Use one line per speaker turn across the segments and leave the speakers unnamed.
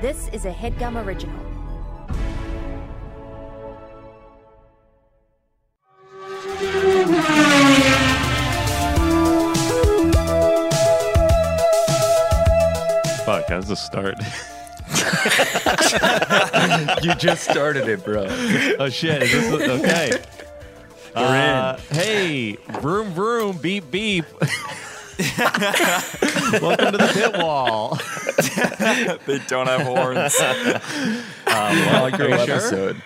This is a headgum original.
Fuck, how's the start?
You just started it, bro.
oh shit, is this okay? Uh, hey, vroom vroom, beep beep. Welcome to the pit wall.
They don't have horns.
Inaugural
sure?
episode.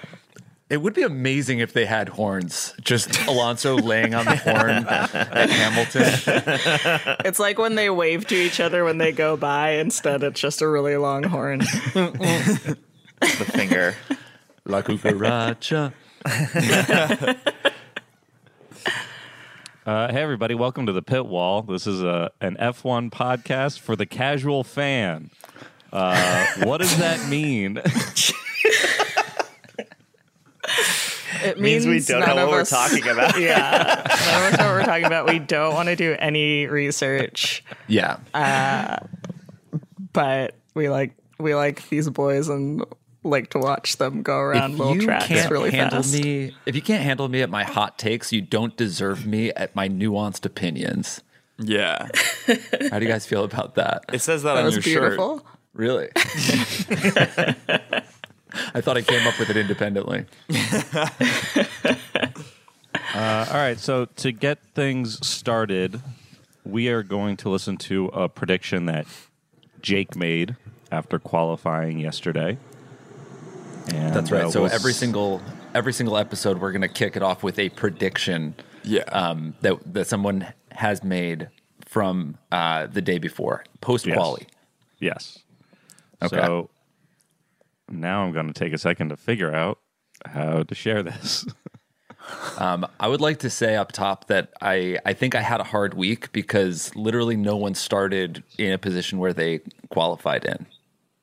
It would be amazing if they had horns. Just Alonso laying on the horn at Hamilton.
It's like when they wave to each other when they go by. Instead, it's just a really long horn.
the finger.
La cucaracha.
Uh, hey everybody, welcome to the pit wall. This is a an F1 podcast for the casual fan. Uh, what does that mean?
It
Means we don't
none
know
of
what we're
us-
talking about.
Yeah, none of us know what we're talking about. We don't want to do any research,
Yeah.
but we like we like these boys and like to watch them go around little tracks really
handle
fast.
me, if you can't handle me at my hot takes, you don't deserve me at my nuanced opinions.
Yeah.
How do you guys feel about that?
It says that,
That
on
was
your
beautiful.
Really? I thought I came up with it independently.
All right, so to get things started, we are going to listen to a prediction that Jake made after qualifying yesterday. And,
That's right.
uh,
so
we'll
every
s-
single every single episode, we're going to kick it off with a prediction.
Yeah.
Um, that that someone has made from uh, the day before post quali.
yes.
Okay.
So now I'm going to take a second to figure out how to share this.
I would like to say up top that I I think I had a hard week because literally no one started in a position where they qualified in.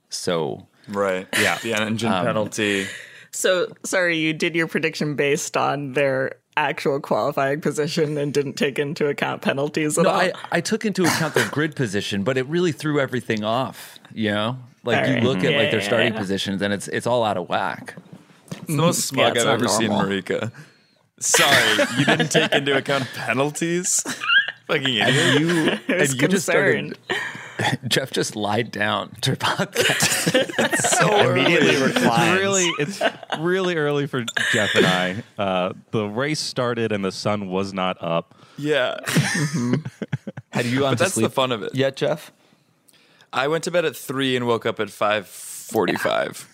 So
shirt. Right. Yeah. Um, The engine penalty.
So sorry, you did your prediction based on their actual qualifying position and didn't take into account penalties at
no,
all.
I, I took into account their grid position, but it really threw everything off. You know, like
All
you
right.
look at
Yeah,
like their
yeah,
starting
yeah.
positions, and it's it's all out of whack.
It's the most
Yeah,
smug
it's
I've
not
ever seen
normal.
Marika. Sorry, you didn't take into account penalties. Fucking idiot.
You
I was
and you just started
concerned.
Jeff just lied down to her podcast.
So
Immediately
reclined.
really, it's really early for Jeff and I. Uh, the race started and the sun was not up.
Yeah. Mm-hmm.
Had you gone
But
to
that's the
sleep
fun of it.
yet, Jeff?
I went to bed at three and woke up at five forty-five.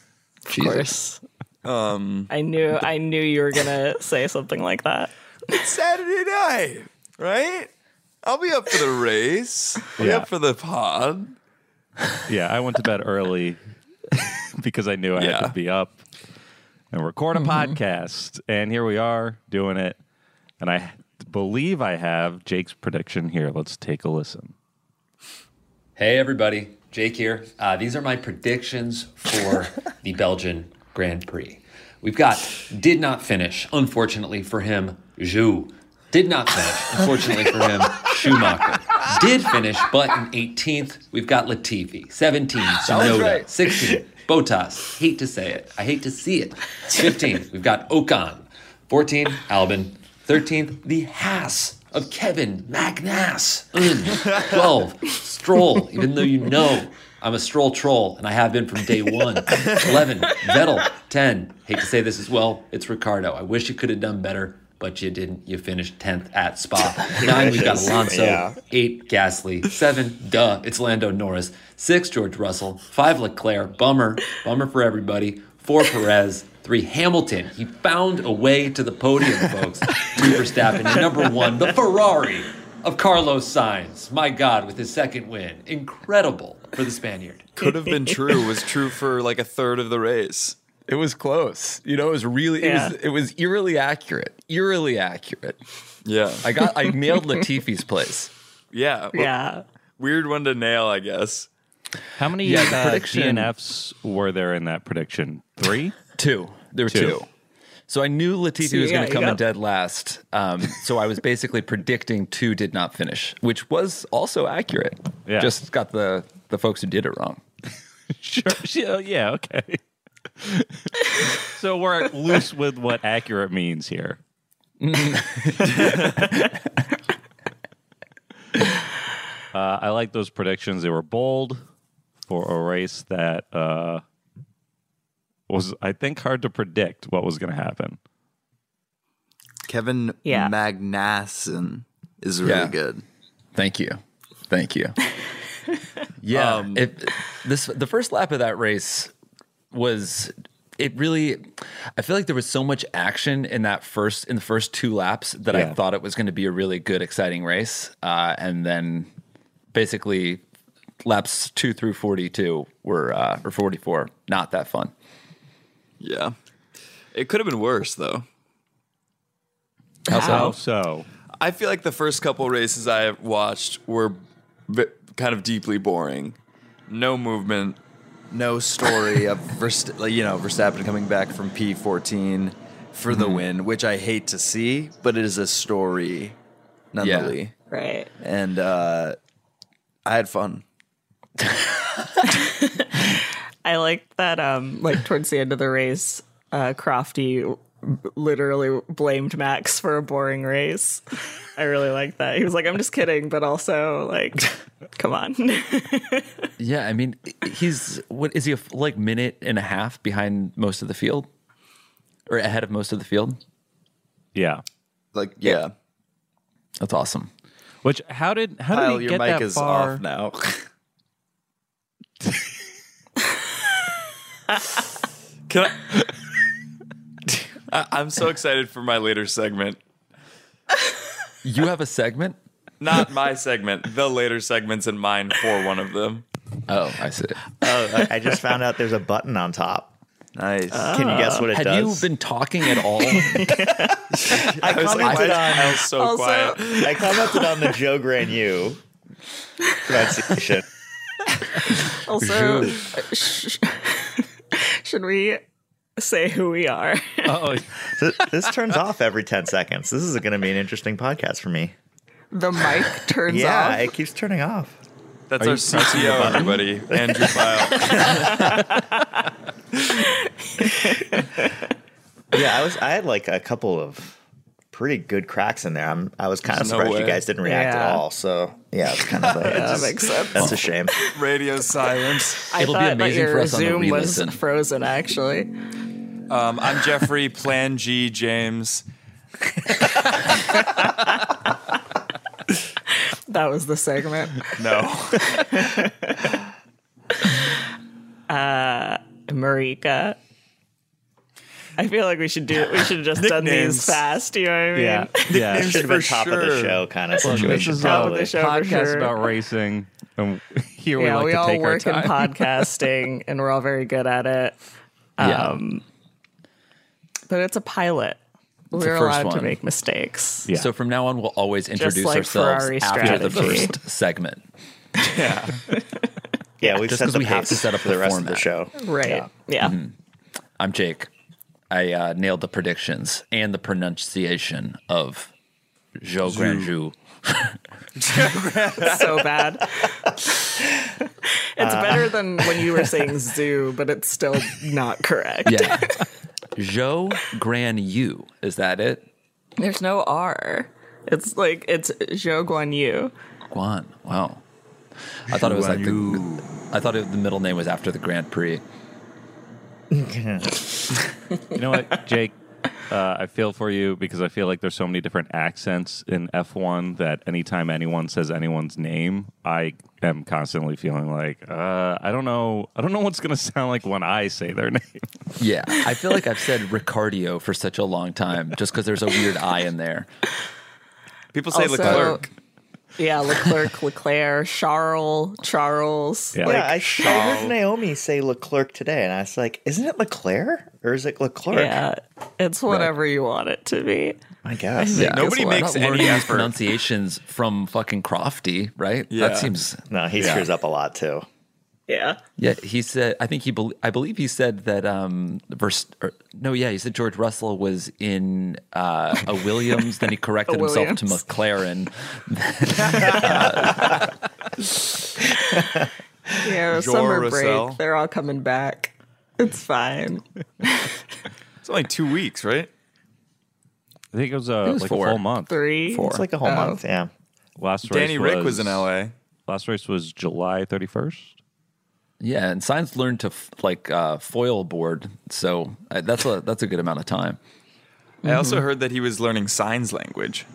Of course. Um, I knew I knew you were gonna say something like that.
Saturday night, right? I'll be up for the race. I'll be
Yeah.
up for the pod.
Yeah, I went to bed early because I knew I had
Yeah.
to be up and record a podcast. And here we are doing it. And I believe I have Jake's prediction here. Let's take a listen.
Hey, everybody. Jake here. Uh, these are my predictions for the Belgian Grand Prix. We've got did not finish, unfortunately for him, Zhu. Did not finish, unfortunately for him, Schumacher. Did finish, but in 18th, we've got Latifi. 17, Sonoda.
right.
16, Botas. Hate to say it. I hate to see it. 15, we've got Ocon. 14, Albin. 13th, the Haas of Kevin Magnass. Mm. 12, Stroll, even though you know I'm a Stroll troll and I have been from day one. 11, Vettel. 10, hate to say this as well, it's Ricardo. I wish you could have done better, but you didn't. You finished 10th at Spa. 9, we've got Alonso.
Yeah.
8, Gasly. 7, duh, it's Lando Norris. 6, George Russell. 5, Leclerc. Bummer. Bummer for everybody. 4, Perez. 3, Hamilton. He found a way to the podium, folks. 2, Verstappen. And number 1, the Ferrari of Carlos Sainz. My God, with his second win. Incredible for the Spaniard.
Could have been true. Was true for like a third of the race.
It was close. You know, it was really it was
Yeah.
it was eerily accurate. Eerily accurate.
Yeah.
I got I nailed Latifi's place.
yeah. Well,
Yeah.
Weird one to nail, I guess.
How many
Yeah, the
uh,
prediction-
DNFs were there in that prediction? Three?
Two. There were two.
Two.
So I knew Latifi
So you
was
got-
going to
you
come in
got-
dead last. Um, so I was basically predicting two did not finish, which was also accurate.
Yeah.
Just got the the folks who did it wrong.
sure. She- oh, yeah, okay. so we're loose with what accurate means here. uh, I like those predictions. They were bold for a race that uh, was, I think, hard to predict what was going to happen.
Kevin
Yeah.
Magnassen is really
Yeah.
good.
Thank you. Thank you. yeah.
Um,
it- this the first lap of that race was it really I feel like there was so much action in that first in the first two laps that
Yeah.
I thought it was going to be a really good exciting race uh, and then basically laps 2 through 42 were uh, or 44 not that fun.
Yeah. It could have been worse though.
Um,
Oh, so
I feel like the first couple races I watched were v- kind of deeply boring. No movement,
No story of Verst- like, you know Verstappen coming back from P14 for
Mm-hmm.
the win, which I hate to see, but it is a story nonetheless.
Right.
And uh, I had fun.
I like that. Um, like towards the end of the race, uh, Crofty literally blamed Max for a boring race. I really like that. He was like, "I'm just kidding," but also like, "Come on."
Yeah, I mean he's what is he a f- like minute and a half behind most of the field or ahead of most of the field?
yeah.
Like yeah,
That's awesome.
Which how did how did
Kyle,
he
your
get
mic
that
is
far?
off now.
Can I? I? I'm so excited for my later segment.
You have a segment?
Not my segment, the later segments and mine for one of them.
Oh, I see.
I I just found out there's a button on top.
nice.
Can you guess what it
Had
does?
you been talking at all?
I
I was like, why
commented
is
Ah, on
Kyle so
Also-
quiet?
I commented on the Joe Granu pronunciation.
also, sh- should we say who we are?
Oh,
So this turns off every 10 seconds. This is going to be an interesting podcast for me.
the mic turns
yeah,
off.
it keeps turning off.
That's our CTO, everybody. Andrew File.
Yeah, I was I had like a couple of pretty good cracks in there. I'm, I was kind of
There's no
surprised you
way.
guys didn't react
Yeah.
at all. So, yeah, it's kind of like,
that makes sense.
that's a shame.
Radio silence.
I
It'll be
thought that
amazing
your
for us on the
Zoom was
re-listen.
frozen. Actually,
Um, I'm Jeffrey, Plan G, James.
that was the segment.
No.
Uh, Marika. I feel like we should do. We should have just done these
Nicknames.
fast. You know what I mean?
yeah,
It
yeah.
should have been top of the
sure.
show kind of
This
situation.
is
Top of
a
the show for
podcast
sure.
about racing, and here we
yeah,
like
we
to
all
take our
work in
time.
podcasting and we're all very good at it.
yeah.
But it's a pilot.
the
we're
first
allowed to
one.
make mistakes.
Yeah.
So from now on, we'll always introduce
like
ourselves
Ferrari
after the
strategy.
first segment.
yeah, we've
just
set
'cause
the
we have
pace
to set up
for the
the
rest of
format.
the show.
Right. Yeah.
Yeah.
Mm-hmm. I'm Jake. I uh, nailed the predictions and the pronunciation of Joe Grandjou.
so bad. it's better than when you were saying zoo, but it's still not correct.
Yeah. Joe Granu. Is that it?
There's no R. It's like it's Zhou Guan Yu.
Guan. Wow. I thought it was like the, I thought it, the middle name was after the Grand Prix.
You know what, Jake? Uh, I feel for you because I feel like there's so many different accents in F1 that anytime anyone says anyone's name, I am constantly feeling like uh, I don't know, I don't know what's gonna sound like when I say their name.
Yeah, I feel like I've said Ricardio for such a long time just because there's a weird I in there.
People say
Also-
Leclerc.
Yeah, Leclerc, Leclerc, Charles, Charles.
Yeah.
Yeah, I, I heard Naomi say Leclerc today, and I was like, isn't it Leclerc? Or is it Leclerc?
Yeah, it's whatever you want it to be.
I guess.
Yeah.
Nobody
Guess what?
makes
not learning
any
these
effort.
pronunciations from fucking Crofty, right?
Yeah.
That seems.
No, he screws up a lot too.
Yeah.
Yeah, he said. I think he. bel I believe he said that. Um, verse. Or, no, yeah, he said George Russell was in uh, a Williams. then he corrected
A
himself to
Williams.
McLaren.
You know,
Jor
summer
Russell.
break. They're all coming back. It's fine.
It's only two weeks, right?
I think it was, uh,
It was
like
four.
a full month.
Three.
It's like a
Oh.
whole month. Yeah.
Last race
Danny Rick was in
LA.
LA.
Last race was July 31st.
Yeah, and science learned to f- like uh, foil board, so uh, that's a that's a good amount of time.
I also heard that he was learning signs language.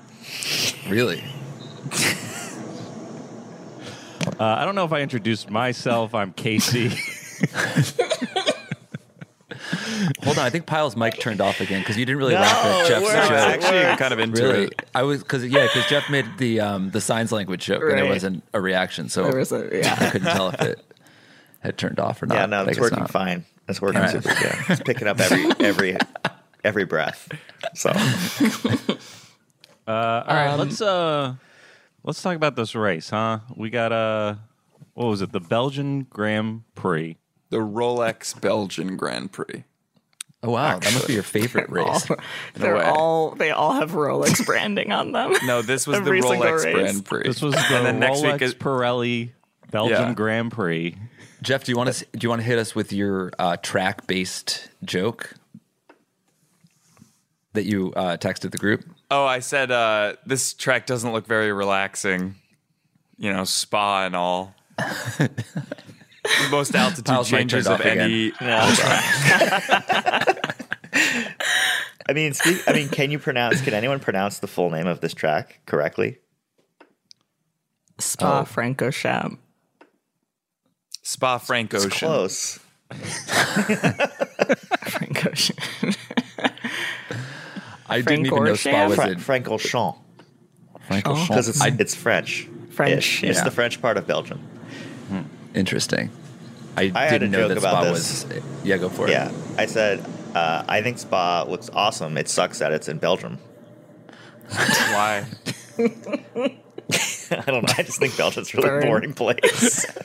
Really,
Uh, I don't know if I introduced myself. I'm Casey.
hold on. I think Pyle's mic turned off again because you didn't really
No,
laugh at
it
Jeff's
works.
I was
Sure.
It
It
actually kind of into
Really,
it.
I was because yeah, because Jeff made the um, the signs language joke and it
Right.
wasn't a reaction, so
There was a- yeah.
I couldn't tell if it had turned off or not.
Yeah, no,
but I
it's
guess
working
not.
fine. It's working
Alright.
super good. It's picking up every every every breath. So
All right, let's
Um,
uh, let's talk about this race, huh? We got uh, what was it? The Belgian Grand Prix.
The Rolex Belgian Grand Prix.
Oh wow, that must be your favorite race.
They're
way.
all they all have Rolex branding on them.
No, this was the
Every single
Rolex
race.
Grand Prix.
This was the
then next
Rolex
week is-
Pirelli Belgian
Yeah.
Grand Prix.
Jeff, do you want to do you want to hit us with your uh, track based joke that you uh, texted the group?
Oh, I said uh, this track doesn't look very relaxing. You know, spa and all. The Most altitude
Kyle's mic
changes
turned off
of
again.
any.
I mean, speak, I mean, can you pronounce? Can anyone pronounce the full name of this track correctly?
Spa Francorchamps.
Spa Frank Ocean.
Close.
Francorchamps.
I didn't even know Spa
Francorchamps?
was
Fra-
in
Franco Champ because
Francorchamps.
it's it's French.
French,
It's
yeah.
the French part of Belgium.
Interesting. I,
I had
didn't
a
know that
joke about
Spa
this.
was. eh, Yeah, go for it.
Yeah, I said uh, I think Spa looks awesome. It sucks that it's in Belgium.
Why?
I don't know. I just think Belgium's a really
Burn.
boring place.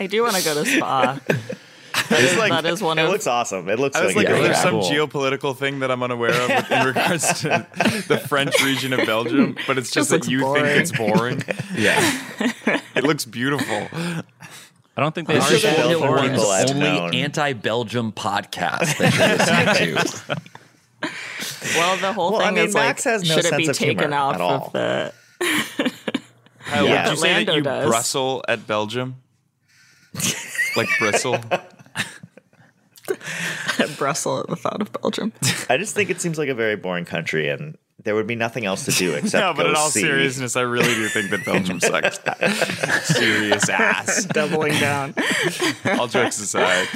I do want to go to Spa.
That is,
like- that is one
it
of-
looks awesome. It looks
I was like,
like,
is
a
there
great
some
track.
geopolitical thing that I'm unaware of with- in regards to the French region of Belgium? But it's just
Just
that you
looks
think it's boring.
yeah.
It looks beautiful.
I don't think they
This is
said
Belgian
Belgian
Grand
Prix.
Prix. people I've
only
known.
anti-Belgium podcast that you're listening to.
Well, the whole
Well, I
thing
mean,
is
Max
like,
has no
should it be
sense of humor
taken off
at all.
of the?
Kyle,
Yeah.
Would you say that
Lando
you
does.
bristle at Belgium? like bristle?
Brussels at the thought of Belgium.
I just think it seems like a very boring country, and there would be nothing else to do except
No, but
go
in all
see.
seriousness, I really do think that Belgium sucks. Serious ass.
Doubling down.
All jokes aside,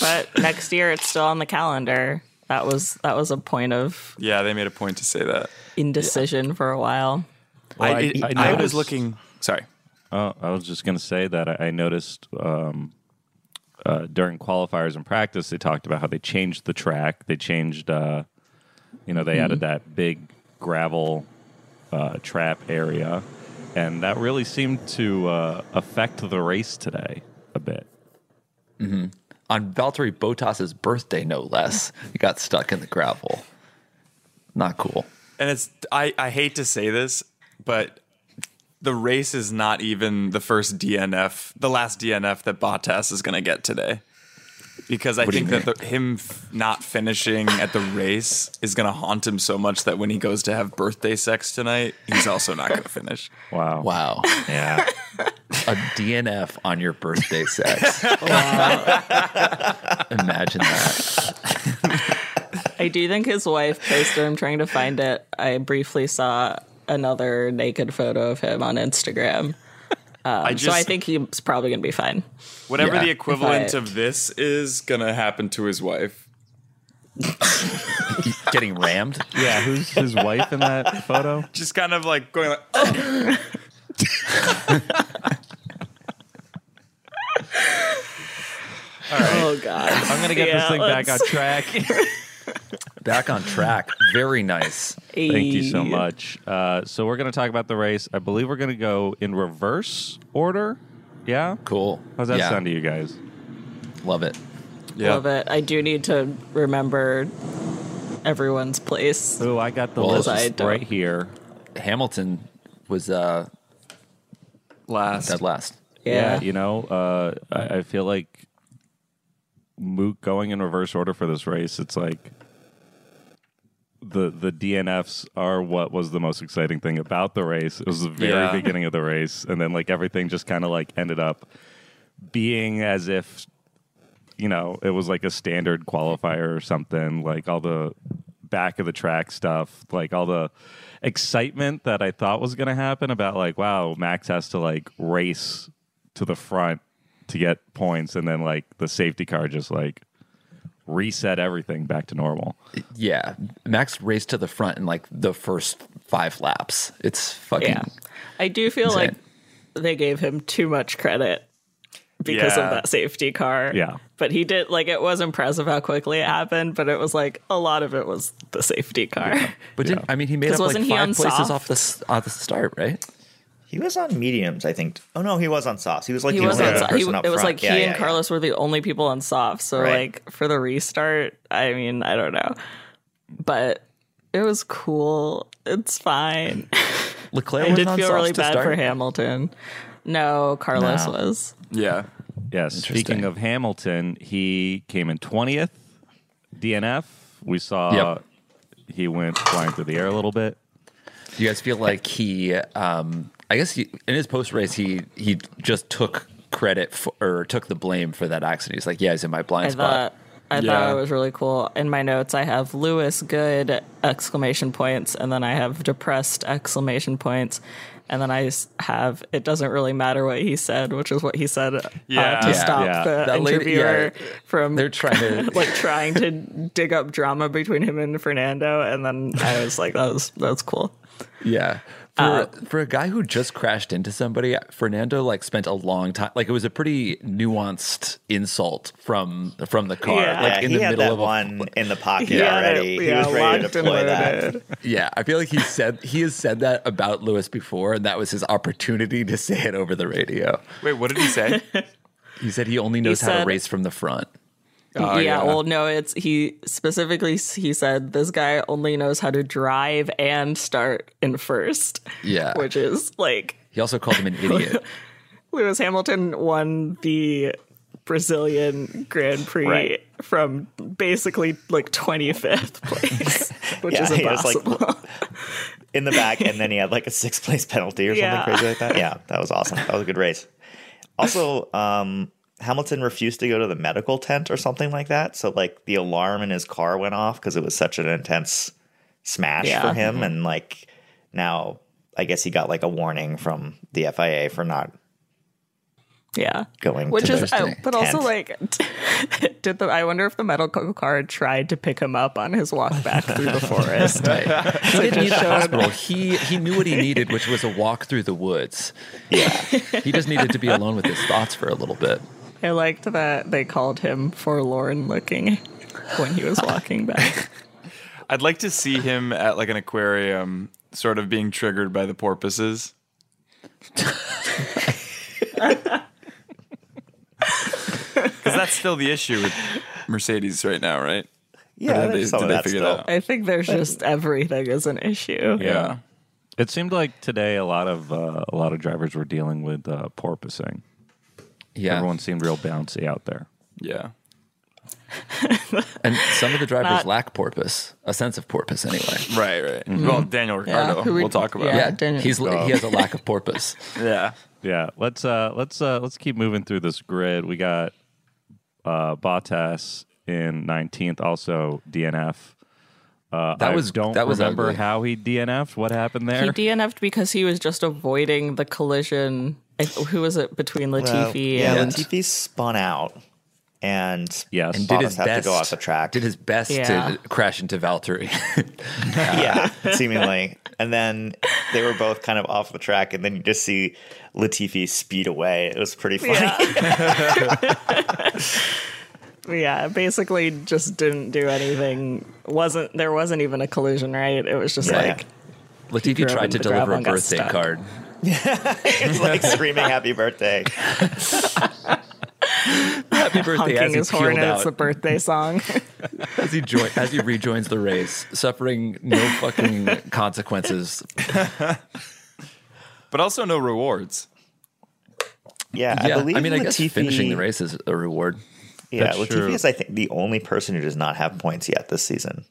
But next year, it's still on the calendar. That was that was a point of
yeah, they made a point to say that.
indecision for a while.
Well, I-
I, I,
I
was
noticed-
looking. Sorry.
Oh, I was just gonna say that I, I noticed um, uh, during qualifiers and practice, they talked about how they changed the track. They changed, uh, you know, they added that big gravel uh, trap area, and that really seemed to uh, affect the race today a bit.
On Valtteri Bottas's birthday, no less, he got stuck in the gravel. Not cool.
And it's I, I hate to say this, but the race is not even the first DNF, the last DNF that Bottas is going to get today. Because I
do you
think that the, him f- not finishing at the race is going to haunt him so much that when he goes to have birthday sex tonight, he's also not going to finish.
Wow.
Wow.
Yeah.
A DNF on your birthday sex. Imagine that.
I do think his wife posted. I'm trying to find it. I briefly saw another naked photo of him on Instagram.
I just
Um, so I think he's probably gonna be fine.
whatever
Yeah.
the equivalent
But-
of this is going to happen to his wife.
E, Getting rammed.
Yeah. Who's his wife in that photo?
Just kind of like going like, oh,
Oh god.
I'm gonna get
Yeah,
this thing back on
let's-
track.
Back on track. Very nice.
Thank you so much. Uh, so we're going to talk about the race. I believe we're going to go in reverse order. Yeah.
Cool.
How's that
Yeah.
sound to you guys?
Love it.
yeah.
Love it. I do need to remember everyone's place.
Oh, I got the
Well,
list
I don't-
right here.
Hamilton was uh
last.
Dead last.
yeah, you know, uh, I, I feel like Moot going in reverse order for this race. It's like the the DNFs are what was the most exciting thing about the race. It was the very
Yeah.
beginning of the race, and then like everything just kind of like ended up being as if you know it was like a standard qualifier or something. Like all the back of the track stuff, like all the excitement that I thought was going to happen about like wow, Max has to like race to the front to get points, and then like the safety car just like reset everything back to normal.
Yeah. Max raced to the front in like the first five laps. It's fucking.
Yeah. I do feel
Insane.
like they gave him too much credit because
Yeah.
of that safety car.
Yeah.
But he did like it was impressive how quickly it happened, but it was like a lot of it was the safety car.
But didn't, I mean, he made
'Cause
up like
wasn't he
five
on
places
soft?
off the, s- off the start, right?
He was on mediums, I think. Oh no, he was on sauce. He was like
He
the
was
only
on
other
soft. He, it
person up
was
front.
like
Yeah,
he
yeah,
and
yeah.
Carlos were the only people on soft. So
Right.
like for the restart, I mean, I don't know. But it was cool. It's fine.
Leclerc
I
was
did
on
feel
softs
really
to
bad
start.
for Hamilton. No, Carlos
No.
was.
Yeah.
Yeah. Speaking
Interesting.
of Hamilton, he came in twentieth DNF. We saw
Yep.
he went flying through the air a little bit.
Do you guys feel like he? Um, I guess he, in his post race, he he just took credit for, or took the blame for that accident. He's like, yeah, he's in my blind
I
spot.
thought I
Yeah.
thought it was really cool. In my notes, I have Lewis good exclamation points, and then I have depressed exclamation points, and then I s- have it doesn't really matter what he said, which is what he said uh,
Yeah.
to
Yeah.
stop
Yeah.
the
That lady-
interviewer
yeah.
from
They're trying to.
like trying to dig up drama between him and Fernando, and then I was like, that was that's cool.
Yeah. For, for a guy who just crashed into somebody, Fernando like spent a long time. Like it was a pretty nuanced insult from from the car,
Yeah.
like
Yeah,
in
he
the
had
middle
that
of a,
one in the pocket
Yeah,
already. He
yeah,
was ready to
locked and
deploy that.
loaded.
Yeah, I feel like he said he has said that about Lewis before, and that was his opportunity to say it over the radio.
Wait, what did he say?
He said he only knows how to
said-
race from the front.
Oh,
yeah,
yeah.
well, no, it's he specifically s- he said this guy only knows how to drive and start in first,
Yeah.
which is like
He also called him an idiot.
Lewis Hamilton won the Brazilian Grand Prix
Right.
from basically like 25th place, which
Yeah,
is
he was, like,
impossible.
in the back, and then he had like a sixth place penalty or
Yeah.
something crazy like that. Yeah, that was awesome. That was a good race. Also, um, Hamilton refused to go to the medical tent or something like that. So like the alarm in his car went off because it was such an intense smash
Yeah.
for him, and like now I guess he got like a warning from the FIA for not
yeah.
going.
Which
to
is,
the
I, but also
tent.
like, did the? I wonder if the medical car tried to pick him up on his walk back through the forest.
he didn't need the hospital. He he knew what he needed, which was a walk through the woods. Yeah. he just needed to be alone with his thoughts for a little bit.
I liked that they called him forlorn looking when he was walking back.
I'd like to see him at like an aquarium, sort of being triggered by the porpoises. Because that's still the issue with Mercedes right now, right?
yeah,
Or did
there's
they-
some
did
of
they
that
figure
still.
that out?
I think there's just everything is an issue.
Yeah.
It seemed like today a lot of uh, a lot of drivers were dealing with uh, porpoising.
Yeah.
Everyone seemed real bouncy out there.
Yeah.
And some of the drivers
Not-
lack porpoise, a sense of porpoise anyway.
Right, right.
Mm-hmm.
Well, Daniel Ricciardo.
who would-
we'll talk about
yeah.
it.
Yeah,
Daniel-
he's he has a lack of porpoise.
Yeah.
Yeah, let's uh let's uh let's keep moving through this grid. We got uh Bottas in 19th also DNF. Uh,
That
I
was-
don't
that was
remember
ugly.
how he DNF'd. What happened
He
there?
DNF'd because he was just avoiding the collision. I- Who was it between
Well,
Latifi
yeah,
and
Latifi spun out, and
Yes.
and
And
Did
Bottas
his
had
best
to go off the track.
Did his best
Yeah.
to crash into Valtteri.
yeah, seemingly. And then they were both kind of off the track, and then you just see Latifi speed away. It was pretty funny.
yeah, basically just didn't do anything. wasn't There wasn't even a collision, right? It was just
Yeah.
like,
Latifi
drove
tried
into
to
the
deliver
gravel
a
and got
birthday
stuck.
card.
It's like screaming happy birthday.
Happy birthday as
honking
he
his
peeled
horn and
out.
it's the birthday song.
as he join, as he rejoins the race, suffering no fucking consequences.
But also no rewards.
Yeah, I believe
mean, I guess
Latifi,
finishing the race is a reward.
Yeah,
That's
Latifi
true.
is I think the only person who does not have points yet this season.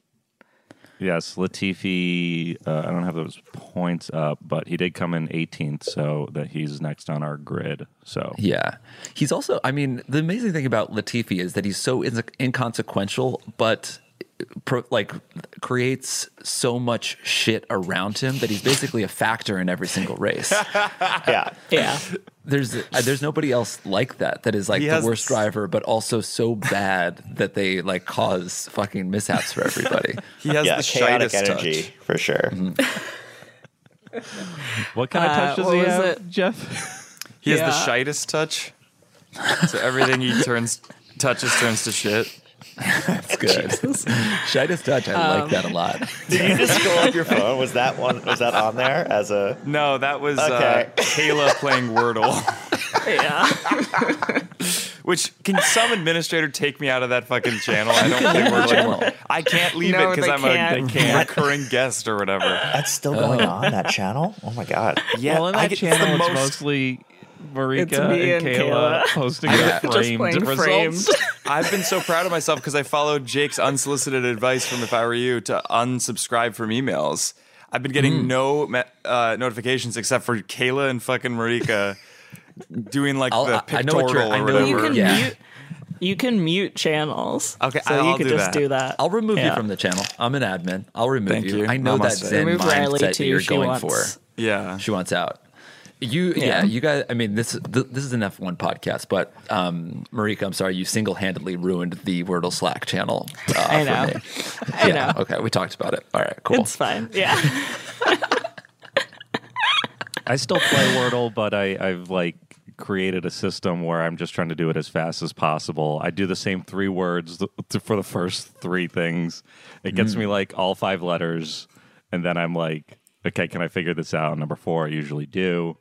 Yes, Latifi. Uh, I don't have those points up, but he did come in 18th, so that he's next on our grid. So
Yeah. He's also, I mean, the amazing thing about Latifi is that he's so in- inconsequential, but pro- like creates so much shit around him that he's basically a factor in every single race.
Yeah,
Yeah.
there's uh, there's nobody else like that that is like
He
the
has-
worst driver, but also so bad that they like cause fucking mishaps for everybody.
He has
yeah,
the
chaotic
shitest
energy
touch.
for sure.
what kind of
Uh,
touch does
what
he
was
have,
it?
Jeff?
He has
Yeah.
the shitest touch. So everything he turns touches turns to shit.
It's good. Shitest touch, I like that a lot.
Did you just scroll up your phone? Was that one? Was that on there as a?
No, that was
Okay.
uh, Kayla playing Wordle.
Yeah.
Which can some administrator take me out of that fucking channel? I don't play Wordle
Um,
anymore. I can't leave
No,
it because
they
I'm
can't.
a recurring guest or whatever.
That's still going on that channel. Oh my god.
Yeah,
well, in that
I get- it's the
channel, it's
most-
mostly
It's
Marika
me
and
and
Kayla
Kayla.
posting
Yeah.
their
Just
framed
playing
results.
framed.
I've been so proud of myself because I followed Jake's unsolicited advice from If I Were You to unsubscribe from emails. I've been
Mm.
getting no me- uh, notifications except for Kayla and fucking Marika doing like
I'll-
the
I- I know what
pictorial
you're- I
or
know what
whatever.
you can
Yeah.
mute. You can mute channels.
Okay,
so
I'll
you could
do
just
that.
do that.
I'll remove you
Yeah.
from the channel. I'm an admin. I'll remove
Thank
you.
you.
I know that
Namaste.
Zen
remove
mindset
Riley
that
too.
you're
she
going
wants.
for.
yeah.
She wants out. You, yeah.
Yeah.
you guys. I mean, this th- this is an F1 podcast, but um, Marika, I'm sorry, you single handedly ruined the Wordle Slack channel. Uh,
I
for
know.
me.
I
yeah.
know.
Okay, we talked about it. All right, cool.
It's fine. Yeah.
I still play Wordle, but I, I've like created a system where I'm just trying to do it as fast as possible. I do the same three words th- th- for the first three things. It gets me like all five letters, and then I'm like, okay, can I figure this out? Number four, I usually do,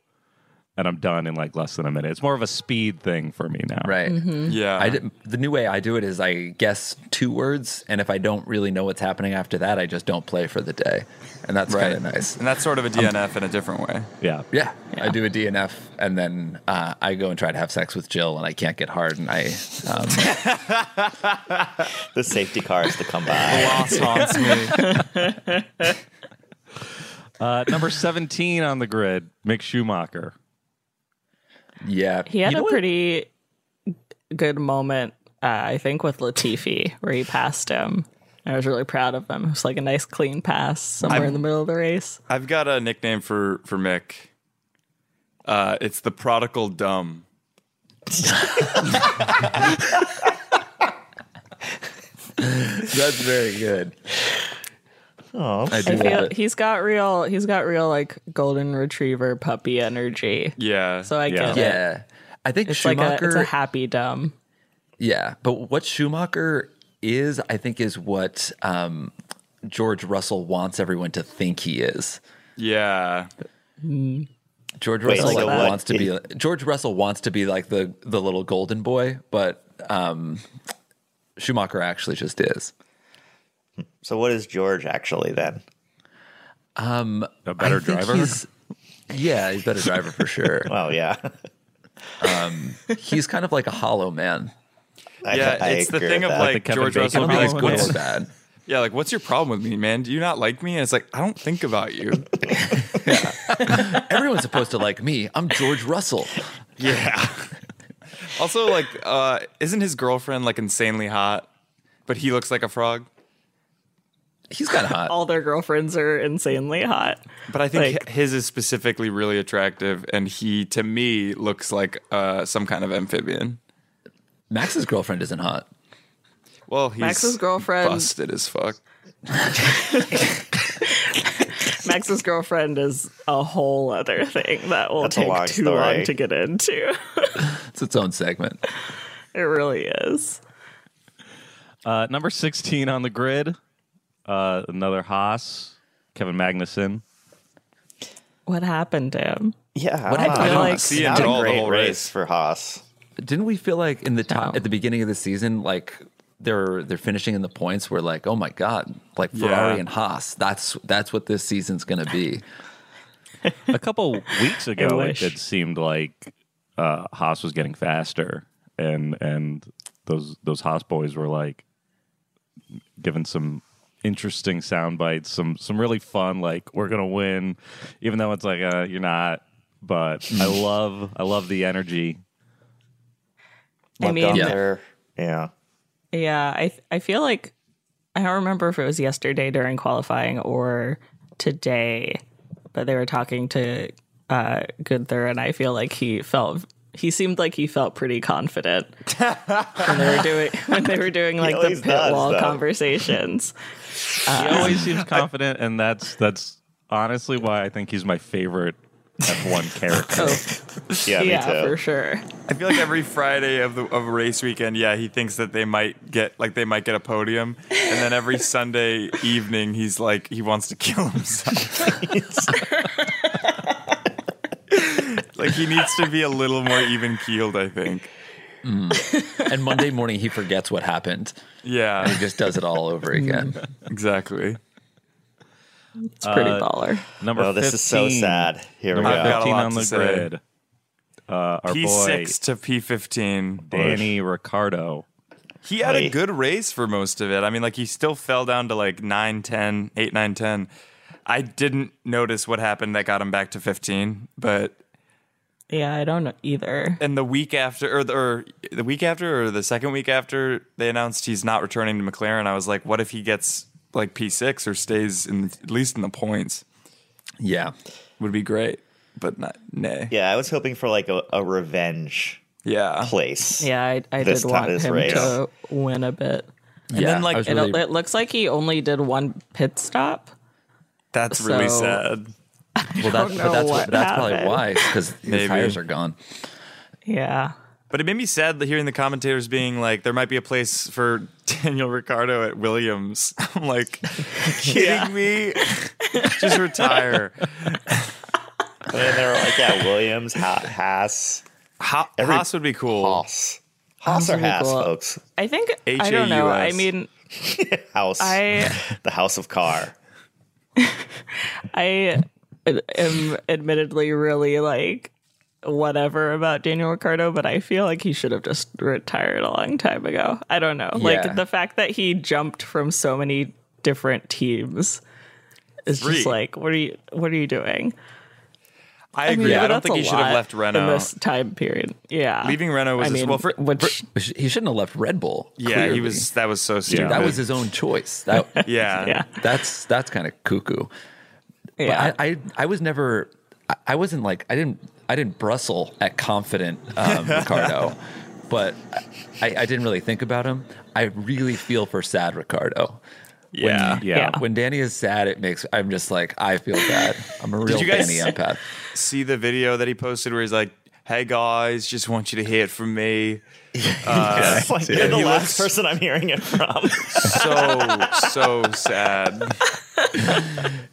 and I'm done in like less than a minute. It's more of a speed thing for me now.
Right.
Mm-hmm.
Yeah.
I did, the new way I do it is I guess two words, and if I don't really know what's happening after that, I just don't play for the day, and that's kind of nice.
And that's sort of a DNF in a different way.
Yeah.
Yeah, I do a DNF, and then uh, I go and try to have sex with Jill, and I can't get hard, and I um,
The safety cars to come by.
Loss haunts me.
Uh, number 17 on the grid, Mick Schumacher.
yeah,
He had
You know
a
what?
pretty good moment, uh, I think, with Latifi, where he passed him. I was really proud of him. It was like a nice clean pass somewhere in the middle of the race.
I've got a nickname for for Mick. Uh, it's the prodigal dumb.
that's very good.
Oh,
I do
I
love
feel
it.
he's got real he's got real like golden retriever puppy energy.
Yeah.
So I
Yeah.
get it.
Yeah, I think
It's
Schumacher.
like a it's a happy dumb.
yeah, but what Schumacher is, I think, is what um, George Russell wants everyone to think he is.
yeah.
George
Wait,
Russell
so
like,
what
wants to be George Russell wants to be like the the little golden boy, but um, Schumacher actually just is.
So what is George actually then?
A better
I think
driver.
he's- yeah, he's a better driver for sure.
Well, Oh, yeah.
he's kind of like a hollow man.
I,
Yeah,
I
it's the
agree
thing
with
of
that.
like
the Kevin
George
Bacon
Russell would be
problem
like,
with
"What's
Good or bad.
yeah, like what's your problem with me, man? Do you not like me?" And it's like, "I don't think about you."
Everyone's supposed to like me. I'm George Russell.
yeah. also, like, uh, isn't his girlfriend like insanely hot? But he looks like a frog.
He's kind of hot.
All their girlfriends are insanely hot.
But I think
Like-
hi- his is specifically really attractive, and he to me looks like uh, some kind of amphibian.
Max's girlfriend isn't hot.
Well, he's
Max's girlfriend-
busted as fuck.
Max's girlfriend is a whole other thing that will
That's a
take
long
too
story.
long to get into.
It's its own segment.
it really is.
Uh, number 16 on the grid, uh, another Haas, Kevin Magnussen.
What happened to him?
Yeah,
What
I don't
happened
know.
to, like-
It's
See
him
not
at all
a
the
great
whole
race.
race.
for Haas.
Didn't we feel like in the top
No.
at the beginning of the season, like they're they're finishing in the points? We're like, oh my god, like Ferrari
Yeah.
and Haas. That's that's what this season's gonna be.
A couple weeks ago, it,
wish.
it seemed like uh, Haas was getting faster, and and those those Haas boys were like given some interesting sound bites, some some really fun like we're gonna win, even though it's like uh, you're not. But I love I love the energy.
I mean,
yeah. yeah.
Yeah, I th- I feel like I don't remember if it was yesterday during qualifying or today, but they were talking to uh, Gunther, and I feel like he felt he seemed like he felt pretty confident when they were doing when they were doing like the
always
pit
does,
wall
though.
conversations.
Uh,
He always seems confident, and that's that's honestly why I think he's my favorite F1 character.
Yeah, me
yeah,
too.
for sure.
I feel like every Friday of the of race weekend, yeah, he thinks that they might get like they might get a podium, and then every Sunday evening, he's like he wants to kill himself. like he needs to be a little more even keeled, I think.
and Monday morning he forgets what happened. He
Yeah,
just does it all over again.
exactly.
It's pretty baller.
Number
Oh, this is so
15.
sad. Here we
Number
I've
go.
got a
15
lot
on
to
the
say.
grid. Uh, our
P
boy
six to P fifteen.
Danny Ricardo.
He had
Hey.
a good race for most of it. I mean, like he still fell down to like 9, 10, 8, 9, 10. I didn't notice what happened that got him back to 15, but
Yeah, I don't know either.
and the week after or the, or the week after or the second week after they announced he's not returning to McLaren, I was like, what if he gets like P6 or stays in at least in the points?
Yeah.
Would be great, but not nay.
Yeah, I was hoping for like a, a revenge
Yeah.
place.
Yeah, I, I
This
did
time
want
is
him
race.
to win a bit.
yeah.
then, like,
I was
It,
really-
it looks like he only did one pit stop.
That's really
So-
sad.
well, that's,
don't
but
know
that's,
what
that's probably
happened.
why, because the
Maybe.
tires are gone.
Yeah.
But it made me sad that hearing the commentators being like, there might be a place for Daniel Ricardo at Williams. I'm like, kidding me? Just retire.
And they were like, yeah, Williams, ha- Haas,
Ha-
Every-
Haas would be cool.
Haas. Haas or
would be
Haas,
cool.
folks.
I think I don't know.
H A
I
U S.
mean,
House.
I
the house of car.
I am admittedly really like whatever about Daniel Ricardo, but I feel like he should have just retired a long time ago. I don't know.
Yeah.
Like the fact that he jumped from so many different teams is
Three.
just like what are you what are you doing?
I agree. I don't
but that's
think
a
he should have
lot
left
in
Renault.
this time period. Yeah.
Leaving Renault was
I
a-
mean,
well, for-
which
Which- He shouldn't have left Red Bull.
Yeah,
clearly.
he was. That was so stupid.
Dude,
That was his own choice. That
yeah.
yeah.
that's that's kind of cuckoo.
yeah.
But I, I I was never I- I wasn't like I didn't I didn't bristle at confident um, Ricardo, but I, I didn't really think about him. I really feel for sad Ricardo.
Yeah.
When,
Yeah.
When Danny is sad, it makes I'm just like I feel bad. I'm a real
you guys-
Danny empath.
See the video that he posted where he's like, "Hey guys, just want you to hear it from me." Uh,
It's like, you're the
he looks-
last person I'm hearing it from.
So so sad.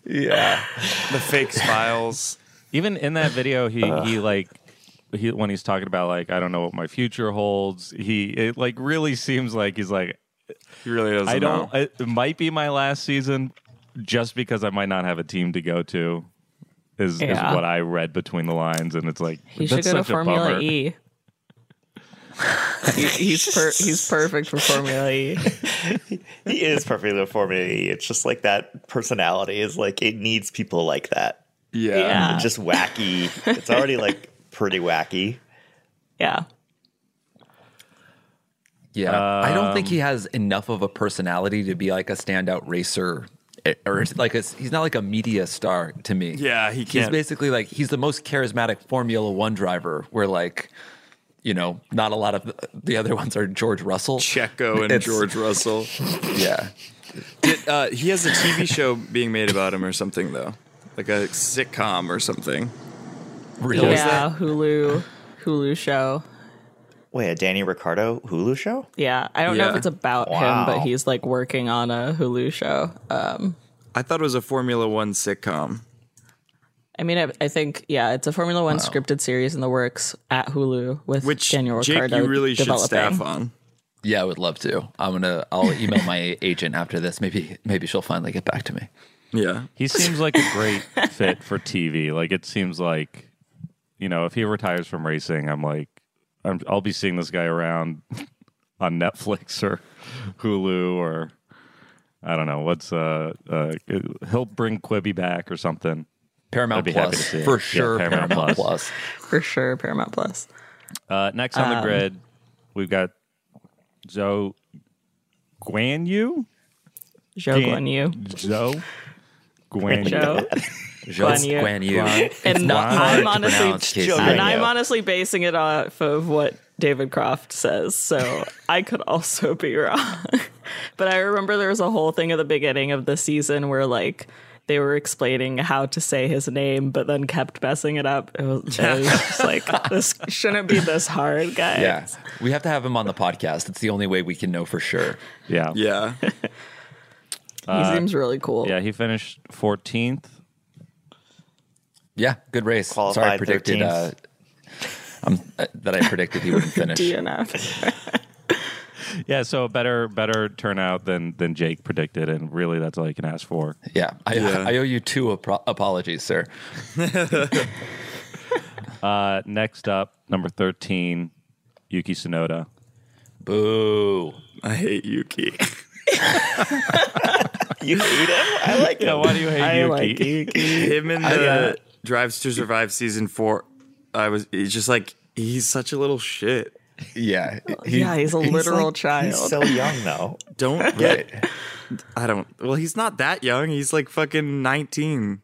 Yeah.
The fake smiles.
Even in that video, he he like he when he's talking about like I don't know what my future holds. He it like really seems like he's like
He really doesn't.
I don't.
know.
It, it might be my last season, just because I might not have a team to go to. Is,
Yeah.
is what I read between the lines, and it's like
He should
that's
go to
such a
Formula
bummer.
E. He- he's per- he's perfect for Formula E.
he is perfectly for me. It's just like that personality is like, it needs people like that.
Yeah.
Yeah,
It's just wacky. It's already like pretty wacky.
yeah.
Yeah. I don't think he has enough of a personality to be like a standout racer eh, or it's like a, he's not like a media star to me.
Yeah, he
He's
can't.
basically like he's the most charismatic Formula One driver. Where like, you know, not a lot of the, the other ones are George Russell.
Checo and
It's-
George Russell.
Yeah,
Did, uh, he has a TV show being made about him or something though, like a sitcom or something.
really.
yeah, Hulu, Hulu show.
Wait, a Danny Ricardo Hulu show?
Yeah, I don't know if
Yeah.
it's about him,
Wow.
but he's like working on a Hulu show. Um,
I thought it was a Formula One sitcom.
I mean, I, I think yeah, it's a Formula One scripted series in the works at Hulu with
Which
Daniel
Jake,
Ricardo
you really
developing.
should staff on.
Yeah, I would love to. I'm gonna. I'll email my agent after this. Maybe maybe she'll finally get back to me.
Yeah,
He seems like a great fit for TV. Like it seems like you know, if he retires from racing, I'm like, I'm, I'll be seeing this guy around on Netflix or Hulu or I don't know what's uh, uh he'll bring Quibi back or something. I'd
Paramount
be happy to
Plus
see it.
for
Yeah,
sure.
Paramount Plus.
Paramount, Plus.
for sure. Paramount Plus.
Uh, next
Um,
on the grid, we've got Zhou Guan Yu.
Zhou Guan Yu.
Zhou Guan Yu.
Zhou.
Just
Yu.
Guan Yu.
Guan-
It's
And
not
I'm
hard to
honestly-
pronounce, Casey.
Joe
And
Guan
I'm
Yu.
honestly basing it off of what David Croft says, so I could also be wrong. but I remember there was a whole thing at the beginning of the season where like they were explaining how to say his name, but then kept messing it up. It was, it was just like this shouldn't be this hard, guys.
Yeah, we have to have him on the podcast. It's the only way we can know for sure.
Yeah.
Yeah.
He seems really cool.
Yeah, he finished 14th.
Yeah, good race. Sorry, I
Qualified
predicted
13th.
uh, um, uh, that I predicted he wouldn't finish.
DNF.
Yeah, so better better turnout than than Jake predicted and really that's all you can ask for.
Yeah, I,
Yeah.
I owe you two apro- apologies, sir.
Uh, next up, number 13, Yuki Tsunoda.
Boo.
I hate Yuki.
You hate him? I like him.
why do you hate
I like Yuki.
Him in the Drives to Survive season four, I was it's just like he's such a little shit.
Yeah.
Oh, yeah, he's a literal child.
He's so young though.
Don't get I don't well, he's not that young. He's like fucking nineteen.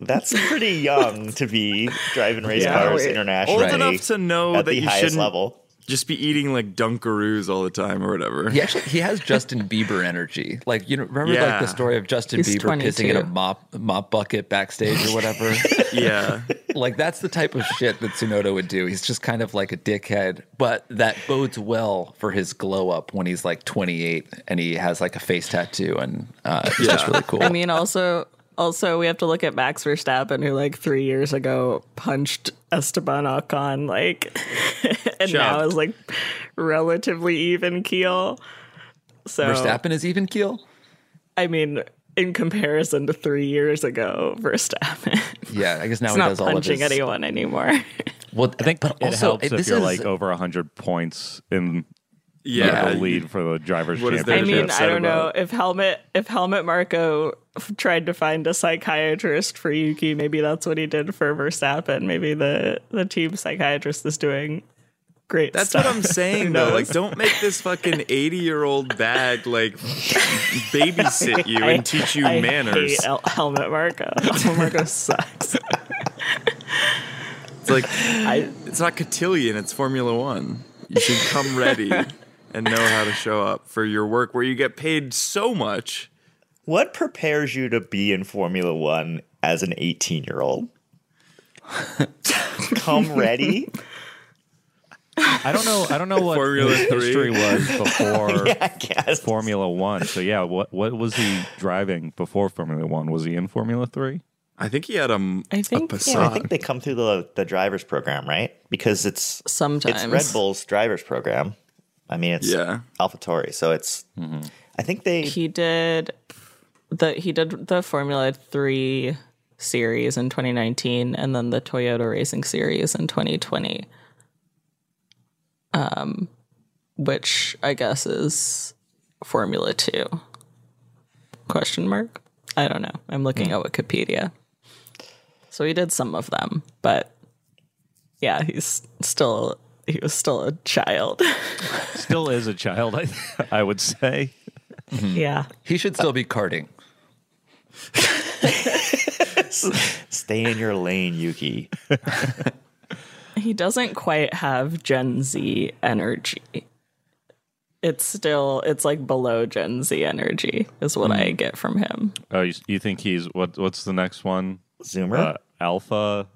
That's pretty young to be driving race
Yeah,
cars
wait.
internationally.
Old enough to know
at
that
the
you
highest
shouldn't
level.
just be eating like dunkaroos all the time or whatever.
He actually he has Justin Bieber energy. Like you know, remember like
Yeah.
the story of Justin
He's
Bieber pissing in a
22.
mop mop bucket backstage or whatever.
Yeah.
like that's the type of shit that Tsunoda would do. He's just kind of like a dickhead, but that bodes well for his glow up when he's like 28 and he has like a face tattoo and uh, it's just really cool.
I mean, also, also we have to look at Max Verstappen, who like three years ago punched Esteban Ocon, like, and now
Shoved.
is like relatively even keel. So
Verstappen is even keel.
I mean, in comparison to three years ago, Verstappen, he's
Yeah, I guess now he
not
does all of his.
punching anyone anymore.
Well, I think, but
It
also
helps if
this
you're
is-
like over 100 points in
Yeah.
the lead for the driver's
What is there
I
to be
championship.
mean, I
upset
don't know
about?
if helmet if helmet Marco f- tried to find a psychiatrist for Yuki. Maybe that's what he did for Verstappen. Maybe the the team psychiatrist is doing great.
That's
stuff.
what I'm saying though. Like, don't make this fucking eighty-year-old bag like babysit you and teach you
I
manners.
hate El- helmet Marco. Helmet Marco sucks.
It's like
I
it's not cotillion; it's Formula One. You should come ready and know how to show up for your work, where you get paid so much.
What prepares you to be in Formula One as an 18 year old? Come ready?
I don't know. I don't know what
Formula
his
Three.
history was before
I guess.
Formula One. So yeah, what what was he driving before Formula One? Was he in Formula Three?
I think he had a, m-
I
a
think- yeah, I
I
Passat.
think they come through the the drivers program, right? Because it's
sometimes
it's Red Bull's drivers program. I mean, it's
Yeah.
AlphaTauri, so it's. I think they
He did the he did the Formula Three series in 2019, and then the Toyota Racing Series in 2020. Um, which I guess is Formula Two? Question mark. I don't know. I'm looking at Wikipedia. So he did some of them, but yeah, he's still he was still a child.
Still is a child, I I would say.
yeah.
he should still be karting.
stay in your lane, Yuki.
he doesn't quite have Gen Z energy. It's still it's like below Gen Z energy is what I get from him.
Oh, you, you think he's what? What's the next one? Uh,
Zoomer.
alpha,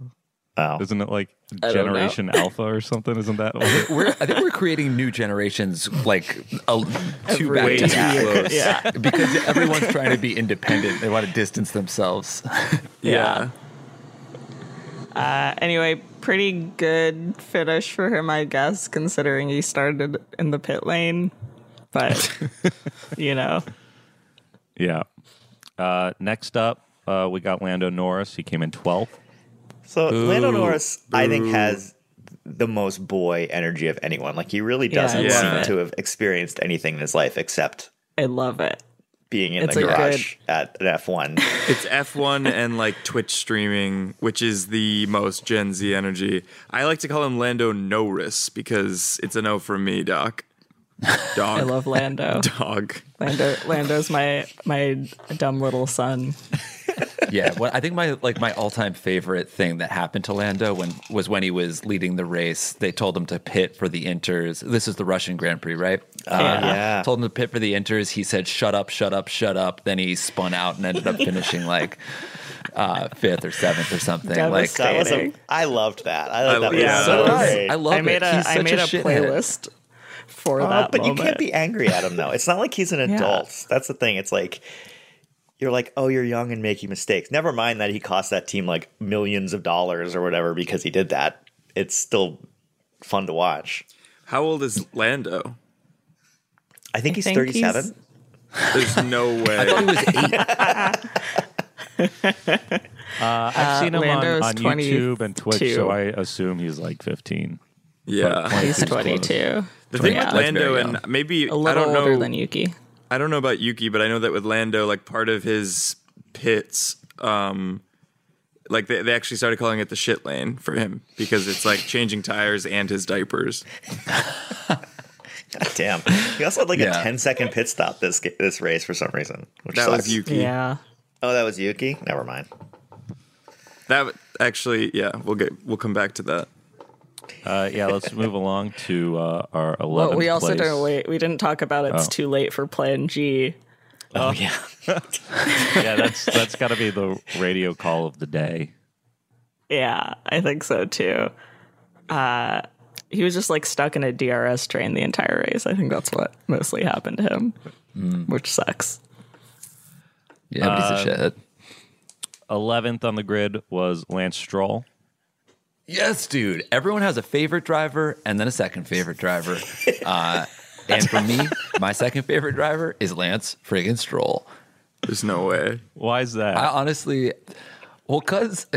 oh,
isn't it like
don't know.
Generation Alpha or something? Isn't that? what-
We're I think we're creating new generations like a, two
Way
back
too
to back
close. Yeah.
Yeah.
because everyone's trying to be independent. They want to distance themselves.
Uh, anyway, pretty good finish for him, I guess, considering he started in the pit lane. But you know,
yeah. Uh, next up, uh, we got Lando Norris. He came in twelfth.
So Lando Norris, I think, has the most boy energy of anyone. Like he really
Yeah, I
doesn't
love
seem
it.
to have experienced anything in his life except
I love it.
being in
It's
the
a
garage at an F one.
It's F1 and like Twitch streaming, which is the most Gen Z energy. I like to call him Lando Norris because it's a no from me, Doc. Dog.
I love Lando.
dog.
Lando Lando's my my dumb little son.
yeah, well, I think my like my all time favorite thing that happened to Lando when was when he was leading the race. They told him to pit for the inters. This is the Russian Grand Prix, right?
Ah,
Uh,
Yeah.
Told him to pit for the inters. He said, "Shut up, shut up, shut up." Then he spun out and ended up finishing like uh, fifth or seventh or something. Like
That was a,
Exciting.
I loved that. I thought that was
yeah,
so
that was-
great.
I love
I made
it.
a
He's
I
such
made a, Oh,
shithead.
playlist for
Uh,
that.
but you
moment.
can't be angry at him though. It's not like he's an adult. That's the thing. It's like you're like, oh, you're young and making mistakes. Never mind that he cost that team like millions of dollars or whatever because he did that. It's still fun to watch.
How old is Lando?
I think he's
think he's-
37.
There's no
I thought he
way.
was eight.
Uh, I've seen him
Lando's
on, on
22.
YouTube and Twitch, so I assume he's like 15.
Yeah.
He's 22.
The thing with
Yeah.
Lando
very young.
and maybe
A little
I don't know
older than Yuki.
I don't know about Yuki, but I know that with Lando, like part of his pits, um, like they, they actually started calling it the shit lane for him because it's like changing tires and his diapers.
God damn. He also had like
Yeah.
a 10 second pit stop this ga- this race for some reason. Which
That
sucks.
was Yuki.
Yeah.
Oh, that was Yuki? Never mind.
That w- actually, yeah, we'll get we'll come back to that.
Uh, yeah, let's move along to uh, our 11th
But we also
place.
didn't wait. We didn't talk about it's
Oh.
too late for Plan G.
Oh, yeah.
Yeah, that's that's got to be the radio call of the day.
Yeah, I think so too. Uh, he was just like stuck in a DRS train the entire race. I think that's what mostly happened to him, which sucks.
Yeah, but
Um,
he's a shithead.
11th on the grid was Lance Stroll.
Yes, dude. Everyone has a favorite driver and then a second favorite driver. Uh, and for me, my second favorite driver is Lance friggin' Stroll.
There's no way.
Why is that?
I honestly, well, cause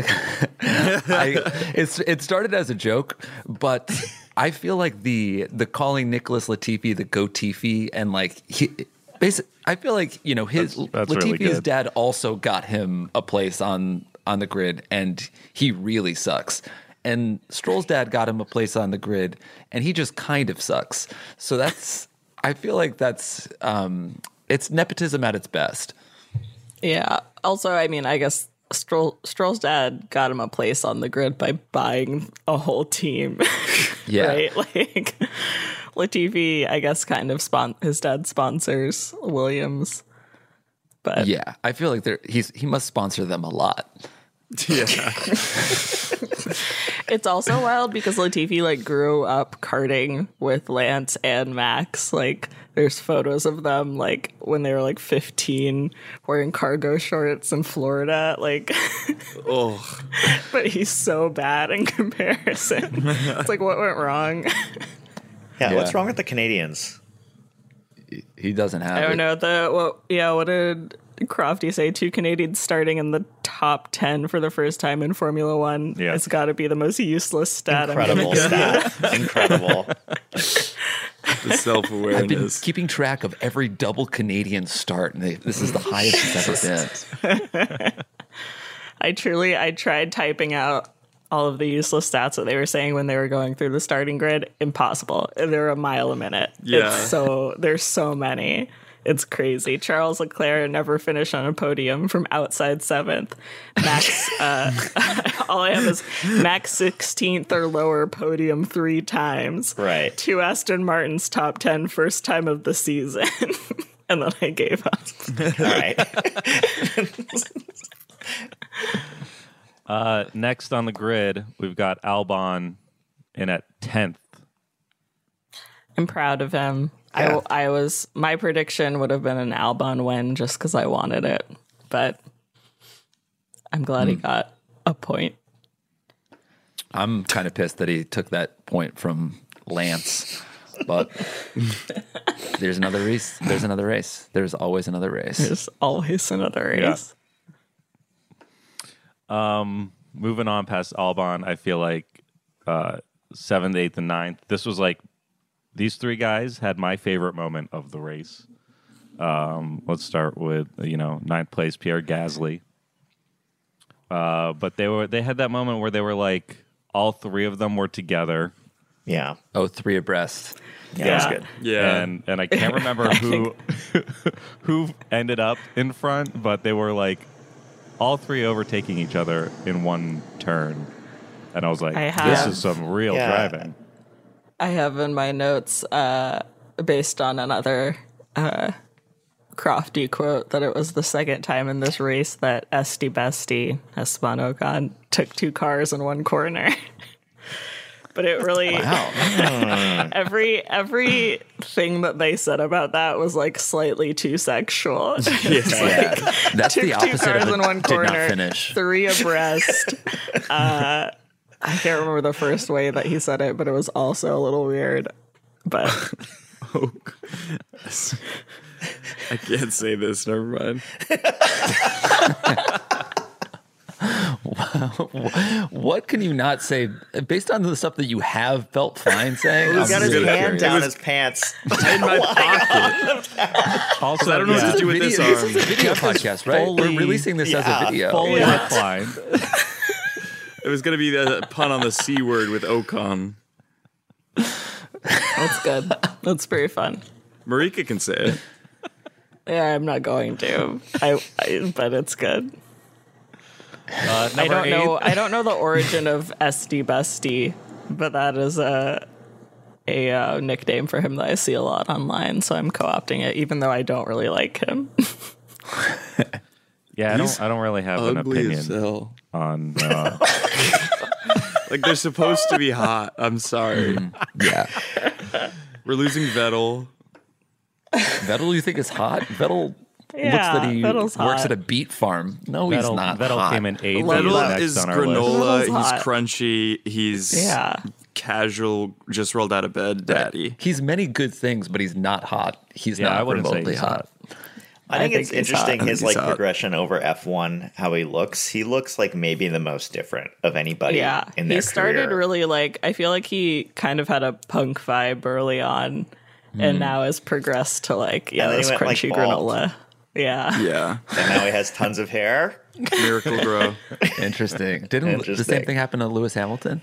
I, it's it started as a joke, but I feel like the the calling Nicholas Latifi the Gotifi and like he. Basically, I feel like you know his
that's really
Latifi's
good.
dad also got him a place on on the grid, and he really sucks. And Stroll's dad got him a place on the grid, and he just kind of sucks. So that's I feel like that's um, it's nepotism at its best.
Yeah. Also, I mean, I guess Stroll, Stroll's dad got him a place on the grid by buying a whole team.
Yeah.
right? Like Latifi, I guess, kind of spon- his dad sponsors Williams. But
Yeah, I feel like there he's he must sponsor them a lot.
Yeah,
it's also wild because Latifi like grew up karting with Lance and Max. Like there's photos of them like when they were like 15 wearing cargo shorts in Florida. Like
oh,
but he's so bad in comparison. it's like what went wrong?
Yeah, what's
Yeah.
wrong with the Canadians?
He doesn't have.
I
it.
don't know. The what yeah, what did Crofty say? Two Canadians starting in the top ten for the first time in Formula One.
Yeah.
It's gotta be the most useless stat I'm gonna
Incredible stat. Incredible.
the self
I've been
awareness.
keeping track of every double Canadian start, and they, this is the highest it's ever been.
I truly, I tried typing out all of the useless stats that they were saying when they were going through the starting grid. Impossible. They're a mile a minute.
Yeah.
It's so there's so many. It's crazy. Charles Leclerc never finished on a podium from outside seventh. Max, uh, all I have is Max 16th or lower podium three times.
Right.
Two Aston Martin's top 10 first time of the season. and then I gave up.
All right.
Uh, next on the grid, we've got Albon in at 10th.
I'm proud of him.
Yeah.
I, I was my prediction would have been an Albon win just because I wanted it, but I'm glad he got a point.
I'm kind of pissed that he took that point from Lance, but there's another race. There's another race. There's always another race.
There's always another race.
moving on past Albon, I feel like uh, seventh, eighth, and ninth. This was like these three guys had my favorite moment of the race. Um, let's start with you know ninth place Pierre Gasly. Uh, but they were they had that moment where they were like all three of them were together.
Yeah.
Oh, three abreast.
Yeah, that's
Yeah.
good.
Yeah.
And and I can't remember who who ended up in front, but they were like all three overtaking each other in one turn. And I was like,
I
this
have-
is some real
Yeah.
driving.
I have in my notes uh, based on another uh, Crofty quote that it was the second time in this race that Esti Besti Esteban Ocon took two cars in one corner. but it really every every thing that they said about that was like slightly too sexual. It's like,
That's
took
the opposite
two cars
of a
in one corner,
Did not finish.
three abreast. uh, I can't remember the first way that he said it, but it was also a little weird. But
I can't say this. Never mind.
What can you not say based on the stuff that you have felt fine saying?
He's
I'm
got his
really
hand
curious.
down his pants.
In my pocket.
Also,
I don't know
yeah,
what to do with
Video-
this
this
arm.
is a video podcast, right?
fully-
We're releasing this as
Yeah,
a video.
fully
Yeah.
reclined.
It was gonna be the pun on the c word with Ocon.
that's good. that's pretty fun.
Marika can say it.
Yeah, I'm not going to. I, I but it's good.
Uh,
I
number
don't
eight,
know. I don't know the origin of Esti Besti, but that is a a uh, nickname for him that I see a lot online. So I'm co-opting it, even though I don't really like him.
Yeah, I don't. I don't really have an opinion
hell.
on. Uh,
Like they're supposed to be hot. I'm sorry.
Yeah.
We're losing Vettel.
Vettel, you think is hot? Vettel
Yeah,
looks that he
Vettel's
works
hot.
at a beat farm. No, he's
Vettel-
not.
Vettel
hot.
came in eighth.
Vettel
He was
Vettel
next
is
on our list.
granola.
Vettel's hot.
He's crunchy. He's
Yeah.
casual. Just rolled out of bed, daddy.
He's many good things, but he's not hot. He's
Yeah,
not
I wouldn't say
remotely
he's
hot.
hot.
I think
I
it's
think he's hot. I
interesting
think
his
he's
like
hot.
progression over F1, how he looks. He looks like maybe the most different of anybody
yeah
in their
he started
career.
really like i feel like he kind of had a punk vibe early on and now has progressed to like yeah
Hmm. And then he
this
went, like,
crunchy
bald.
granola yeah
Yeah.
and now he has tons of hair.
Miracle grow.
Interesting. Didn't the
Interesting.
same thing happen to Lewis Hamilton?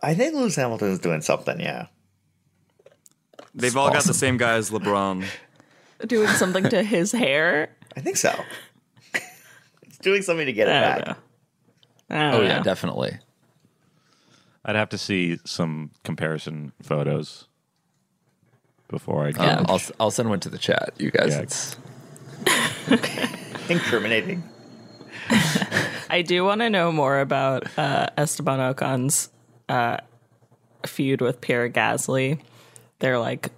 I think Lewis Hamilton's doing something, yeah.
They've all got the same guy as LeBron.
doing something to his hair
I think so. it's doing something to get it
I don't
back.
know. I don't
Oh yeah,
know.
definitely.
I'd have to see some comparison photos before I.
Um,
Yeah.
I'll I'll send one to the chat, you guys.
Yeah.
It's
Incriminating.
I do want to know more about uh, Esteban Ocon's uh, feud with Pierre Gasly. They're like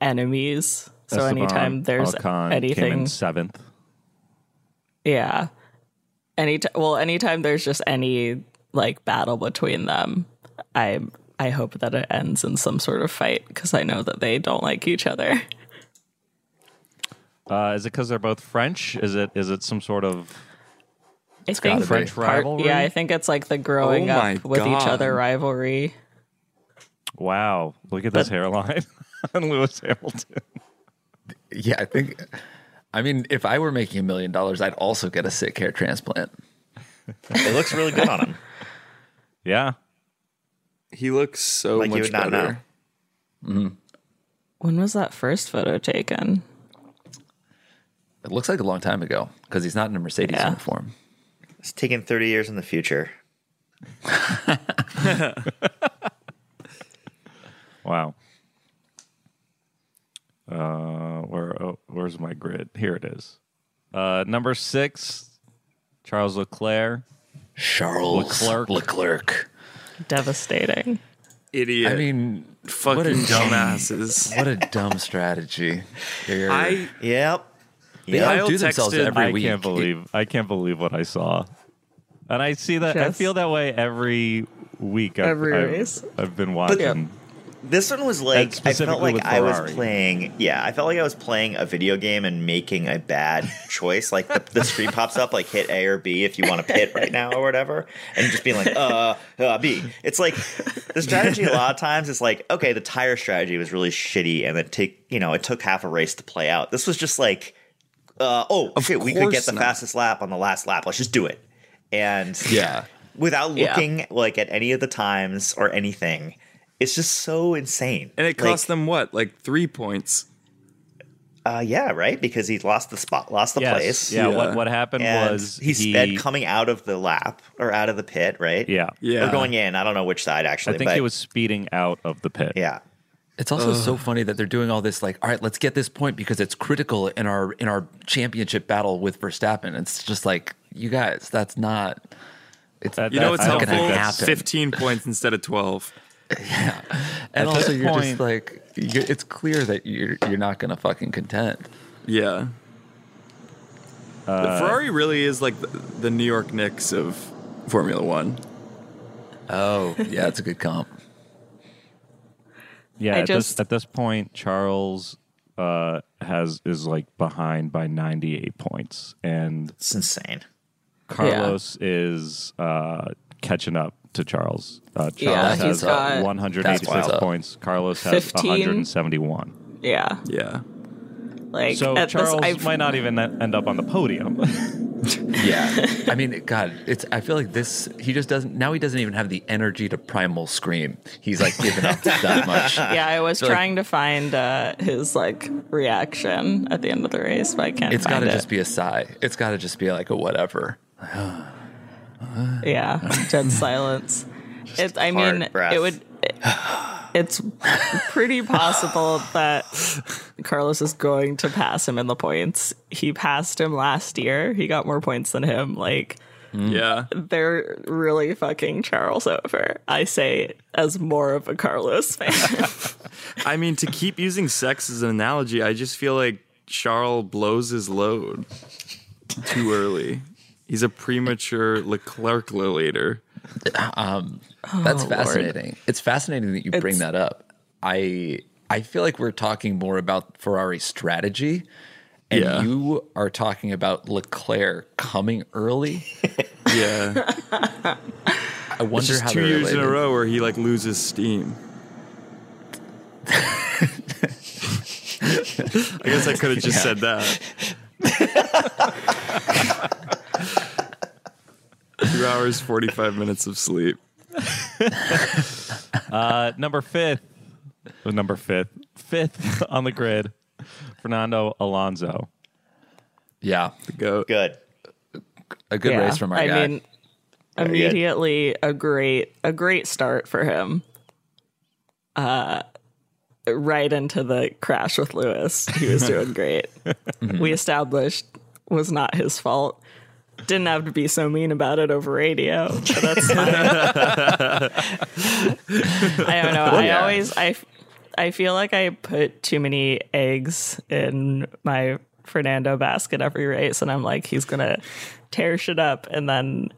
enemies. So
Esteban
anytime there's
Ocon came
anything
in seventh.
Yeah. Any well, anytime there's just any like battle between them, I I hope that it ends in some sort of fight because I know that they don't like each other.
Uh, is it because they're both French? Is it is it some sort of
I think
gotta be.
French
part-
rivalry?
yeah, I think it's like the growing
Oh my
up with each
God.
other rivalry.
wow? Look at this hairline on Lewis Hamilton.
yeah. I think. I mean, if I were making a million dollars, I'd also get a sick hair transplant.
It looks really good on him.
Yeah,
He looks so
Like
much
you would not
better.
know.
When was that first photo taken?
It looks like a long time ago because he's not in a Mercedes
Yeah.
uniform.
It's taken 30 years in the future.
wow. Uh, where oh, where's my grid? Here it is. Uh, number six, Charles Leclerc.
Charles
Leclerc.
Leclerc.
Devastating.
Idiot.
I mean,
fucking
what a
dumbasses.
what a dumb strategy. They're-
I
Yep.
they outdo
yeah.
Kyle
themselves
texted-
every
I
week.
can't believe I can't believe what I saw. And I see that I
Just-
feel that way every week. I've,
Every
I've-
race.
I've been watching.
This one was
And
like I felt
specifically
like
with
I was
Ferrari.
playing. Yeah, I felt like I was playing a video game and making a bad choice. Like the, the screen pops up, like hit A or B if you want to pit right now or whatever, and just being like, uh, uh, B. It's like the strategy. A lot of times, it's like okay, the tire strategy was really shitty, and it take you know it took half a race to play out. This was just like, uh, oh shit, we could get
course
the
not.
fastest lap on the last lap. Let's just do it. And
Yeah.
without
Yeah.
looking like at any of the times or anything. It's just so insane.
And it cost
like,
them what? Like three points.
Uh, yeah, right. Because he lost the spot, lost the
Yes.
place.
Yeah,
Yeah.
What, what happened
and
was
he sped coming out of the lap or out of the pit, right?
Yeah.
Yeah.
Or going in. I don't know which side
I
actually.
think
but
he was speeding out of the pit.
Yeah.
It's also so funny that they're doing all this like, all right, let's get this point because it's critical in our in our championship battle with Verstappen. It's just like, you guys, that's not it's
That-
You know
That's
what's
not
not
helpful?
gonna happen.
15 points instead of 12.
and
At
also
this
you're
point-
just like you're, it's clear that you're you're not gonna fucking contend.
Yeah. The Ferrari really is like the, the New York Knicks of Formula One.
Oh, yeah, it's a good comp.
Yeah,
I
at,
just-
this, at this point, Charles uh, has is like behind by 98 points, and
It's insane.
Carlos is uh, catching up to Charles. Uh, Charles
Yeah, he's
has
got-
186
That's wild.
points. Carlos has
15?
171.
Yeah.
Yeah.
Like
So
at
Charles
this, I've,
might not even e-, end up on the podium.
Yeah. I mean, God, it's I feel like this he just doesn't now he doesn't even have the energy to primal scream. He's like given up that much.
yeah, I was
So, like-
trying to find uh, his like reaction at the end of the race, but I can't.
It's
got
gotta
to
just be a sigh. It's gotta just be like a whatever.
yeah, dead silence. It, I
hard
mean,
breath.
it would. it- it's pretty possible that Carlos is going to pass him in the points. He passed him last year. He got more points than him. Like
Yeah.
they're really fucking Charles over. I say as more of a Carlos fan.
I mean, to keep using sex as an analogy, I just feel like Charles blows his load too early. He's a premature Leclerc later.
That's fascinating. It's fascinating that you bring
It's-
that up. I I feel like we're talking more about Ferrari strategy, and
Yeah.
you are talking about Leclerc coming early.
Yeah.
I wonder
Just
how
two
they're
years in a
related.
row where he like loses steam. I guess I could have just said that. two hours, 45 minutes of sleep.
Uh, number fifth, oh, number fifth, fifth on the grid, Fernando Alonso.
Yeah,
Go.
Good.
a good
Yeah.
race from our
I
guy. Uh,
mean,
good.
immediately a great a great start for him. Uh, right into the crash with Lewis, he was doing great.
Mm-hmm.
We established was not his fault. Didn't have to be so mean about it over radio. but that's fine. I don't know. I
Yeah.
always I f- I feel like I put too many eggs in my Fernando basket every race, and I'm like, he's gonna tear shit up, and then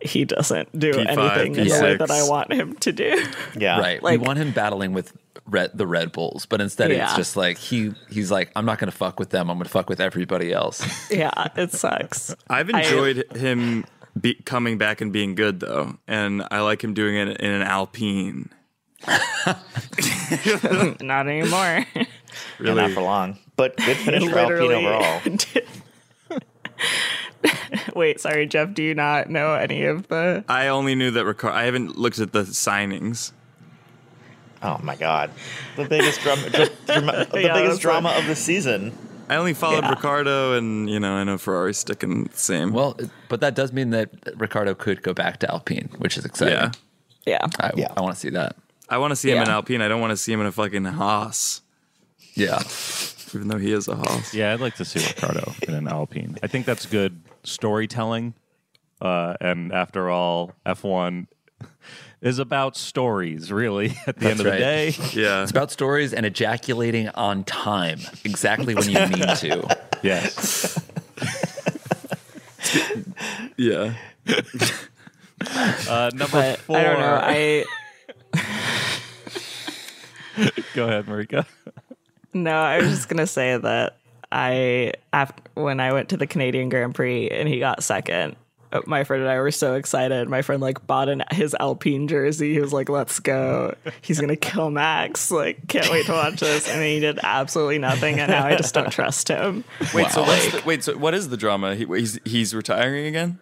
he doesn't do
P5,
anything in the way
P6.
that I want him to do.
Yeah.
right,
like-
we want him battling with red, the Red Bulls, but instead it's
Yeah.
just like he he's like, I'm not going to fuck with them. I'm going to fuck with everybody else.
yeah, it sucks.
I've enjoyed him be- coming back and being good though, and I like him doing it in an Alpine.
Mm, Not anymore.
Yeah, Not for long. But good finish for Alpine overall.
Wait, sorry, Jeff. Do you not know any of the?
I only knew that Ricardo. I haven't looked at the signings.
Oh my god. The biggest drama. dra- drama- the
Yeah,
biggest
that's right.
drama of the season.
I only followed
Yeah.
Ricardo, and you know, I know Ferrari's sticking the same.
well, but that does mean that Ricardo could go back to Alpine, which is exciting.
yeah,
Yeah,
I,
Yeah.
I want to see that.
I want to see him in
Yeah.
Alpine. I don't want to see him in a fucking Haas,
Yeah.
even though he is a Haas.
Yeah, I'd like to see Ricardo in an Alpine. I think that's good storytelling. Uh, and after all, F1 is about stories, really, at the end of
right.
the day.
Yeah,
It's about stories and ejaculating on time, exactly when you need to.
Yes.
yeah.
Uh, number
but
four.
I don't know. I
Go ahead, Marika.
No, I was just gonna say that I after, when I went to the Canadian Grand Prix and he got second. uh, My friend and I were so excited. My friend like bought an, his Alpine jersey. He was like, "Let's go! He's gonna kill Max! Like, can't wait to watch this." And he did absolutely nothing, and now I just don't trust him.
Wait, so what's the, wait, so what is the drama? He, he's he's retiring again.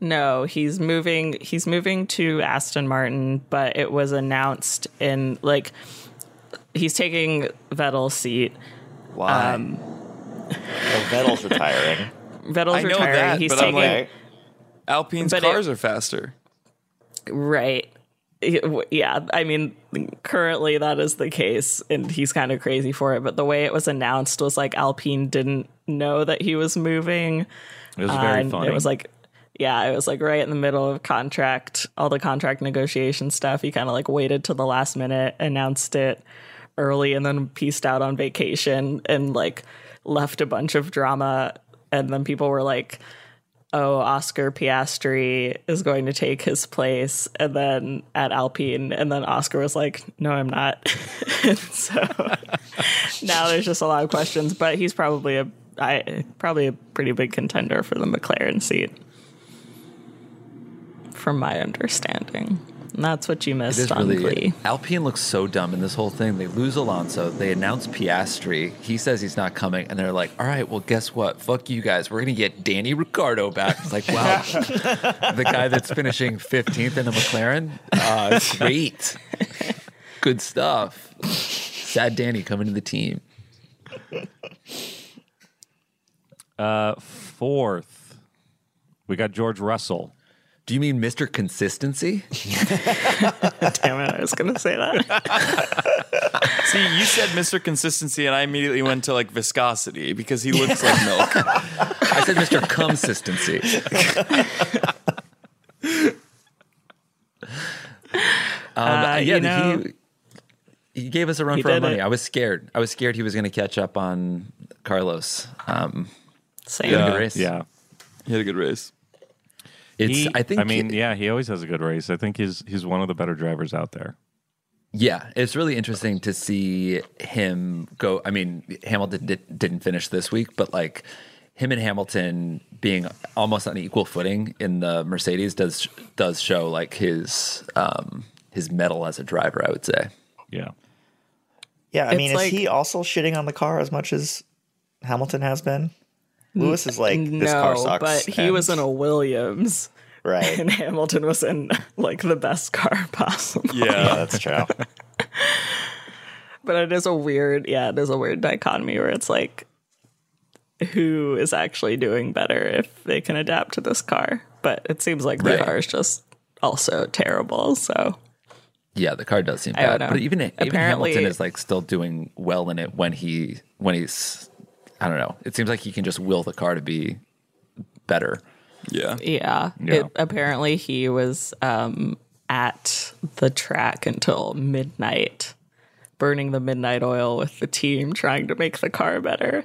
No, he's moving. He's moving to Aston Martin, but it was announced in like he's taking Vettel's seat.
Why?
So Vettel's retiring.
Vettel's
I know
retiring.
that,
he's
but I'm
taking
like-
Okay.
Alpine's
But it-
cars are faster.
Right. It- w- Yeah, I mean, currently that is the case, and he's kind of crazy for it. But the way it was announced was like Alpine didn't know that he was moving.
It was very
and
funny.
It was like, yeah, it was like right in the middle of contract, all the contract negotiation stuff. He kind of like waited till the last minute, announced it early, and then pieced out on vacation and like left a bunch of drama. And then people were like, oh, Oscar Piastri is going to take his place, and then at Alpine, and then Oscar was like, no, I'm not. And so now there's just a lot of questions, but he's probably a I probably a pretty big contender for the McLaren seat, from my understanding. And that's what you
It
missed
is
on
really.
Glee.
Alpine looks so dumb in this whole thing. They lose Alonso. They announce Piastri. He says he's not coming, and they're like, "All right, well, guess what? Fuck you guys. We're gonna get Danny Ricardo back." It's like, wow, the guy that's finishing 15th in the McLaren. Uh, great, good stuff. Sad Danny coming to the team.
Fourth, we got George Russell.
Do you mean Mr. Consistency?
Damn it, I was gonna say that.
See, you said Mr. Consistency, and I immediately went to like viscosity because he looks like milk.
I said Mr. Consistency. um,
Uh,
yeah,
you know-
he, he gave us a run
He
for our
did
money.
it.
I was scared. I was scared he was going to catch up on Carlos. Um,
Same.
he had a
Yeah.
good race.
Yeah.
He had a good race.
it's.
He-
I think.
I mean, yeah, he always has a good race. I think he's he's one of the better drivers out there.
Yeah, it's really interesting to see him go. I mean, Hamilton did, didn't finish this week, but like him and Hamilton being almost on equal footing in the Mercedes does does show like his um, his metal as a driver. I would say.
Yeah.
Yeah, I
It's
mean,
like-
is he also shitting on the car as much as Hamilton has been? Lewis is like, this car
No,
sucks.
but he
and-
was in a Williams.
Right.
and Hamilton was in like the best car possible.
Yeah,
Yeah.
that's true. Oh,
But it is a weird, yeah, it is a weird dichotomy where it's like who is actually doing better if they can adapt to this car. But it seems like the
Right.
car is just also terrible. So
Yeah, the car does seem
I don't
bad,
know.
but even even
Apparently-
Hamilton is like still doing well in it when he when he's I don't know. It seems like he can just will the car to be better.
Yeah.
yeah.
Yeah.
It, apparently he was um at the track until midnight, burning the midnight oil with the team trying to make the car better.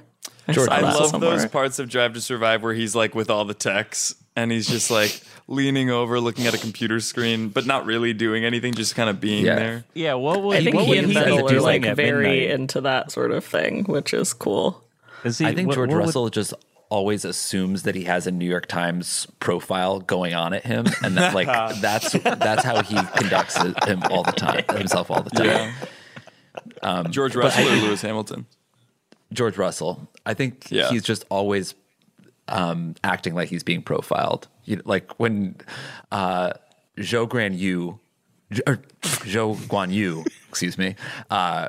George,
saw
I
Wow.
that
love
somewhere.
those parts of Drive to Survive where he's like with all the techs and he's just like leaning over, looking at a computer screen, but not really doing anything, just kind of being
Yeah.
there.
Yeah. What would
I think
what
he
would
and
he be
Vettel are
doing
like
at
very
midnight?
into that sort of thing, which is cool.
Is he,
I think
what-
George
what would-
Russell just always assumes that he has a New York Times profile going on at him, and that like that's that's how he conducts it- him all the time, himself all the time.
Yeah. George Russell or Lewis Hamilton?
George Russell, I think
Yeah.
he's just always um, acting like he's being profiled. You know, like when uh, Zhou Guan Yu, or Zhou Guan Yu, excuse me, uh,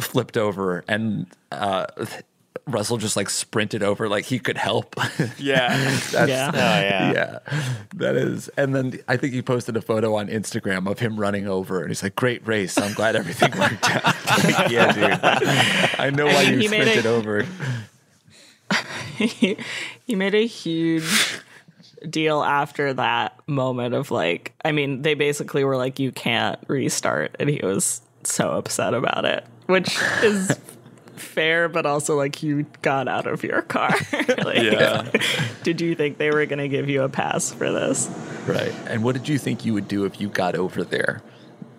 flipped over and uh, Russell just like sprinted over like he could help.
Yeah.
That's,
Yeah.
Oh, yeah.
yeah, that is. And then I think he posted a photo on Instagram of him running over, and he's like, "Great race! I'm glad everything worked out." Like, yeah, dude. I know why
mean,
you
he made
sprinted
a-
over.
he made a huge deal after that moment of like, I mean, they basically were like, you can't restart. And he was so upset about it, which is fair, but also like, you got out of your car. like,
Yeah.
Did you think they were going to give you a pass for this?
Right. And what did you think you would do if you got over there?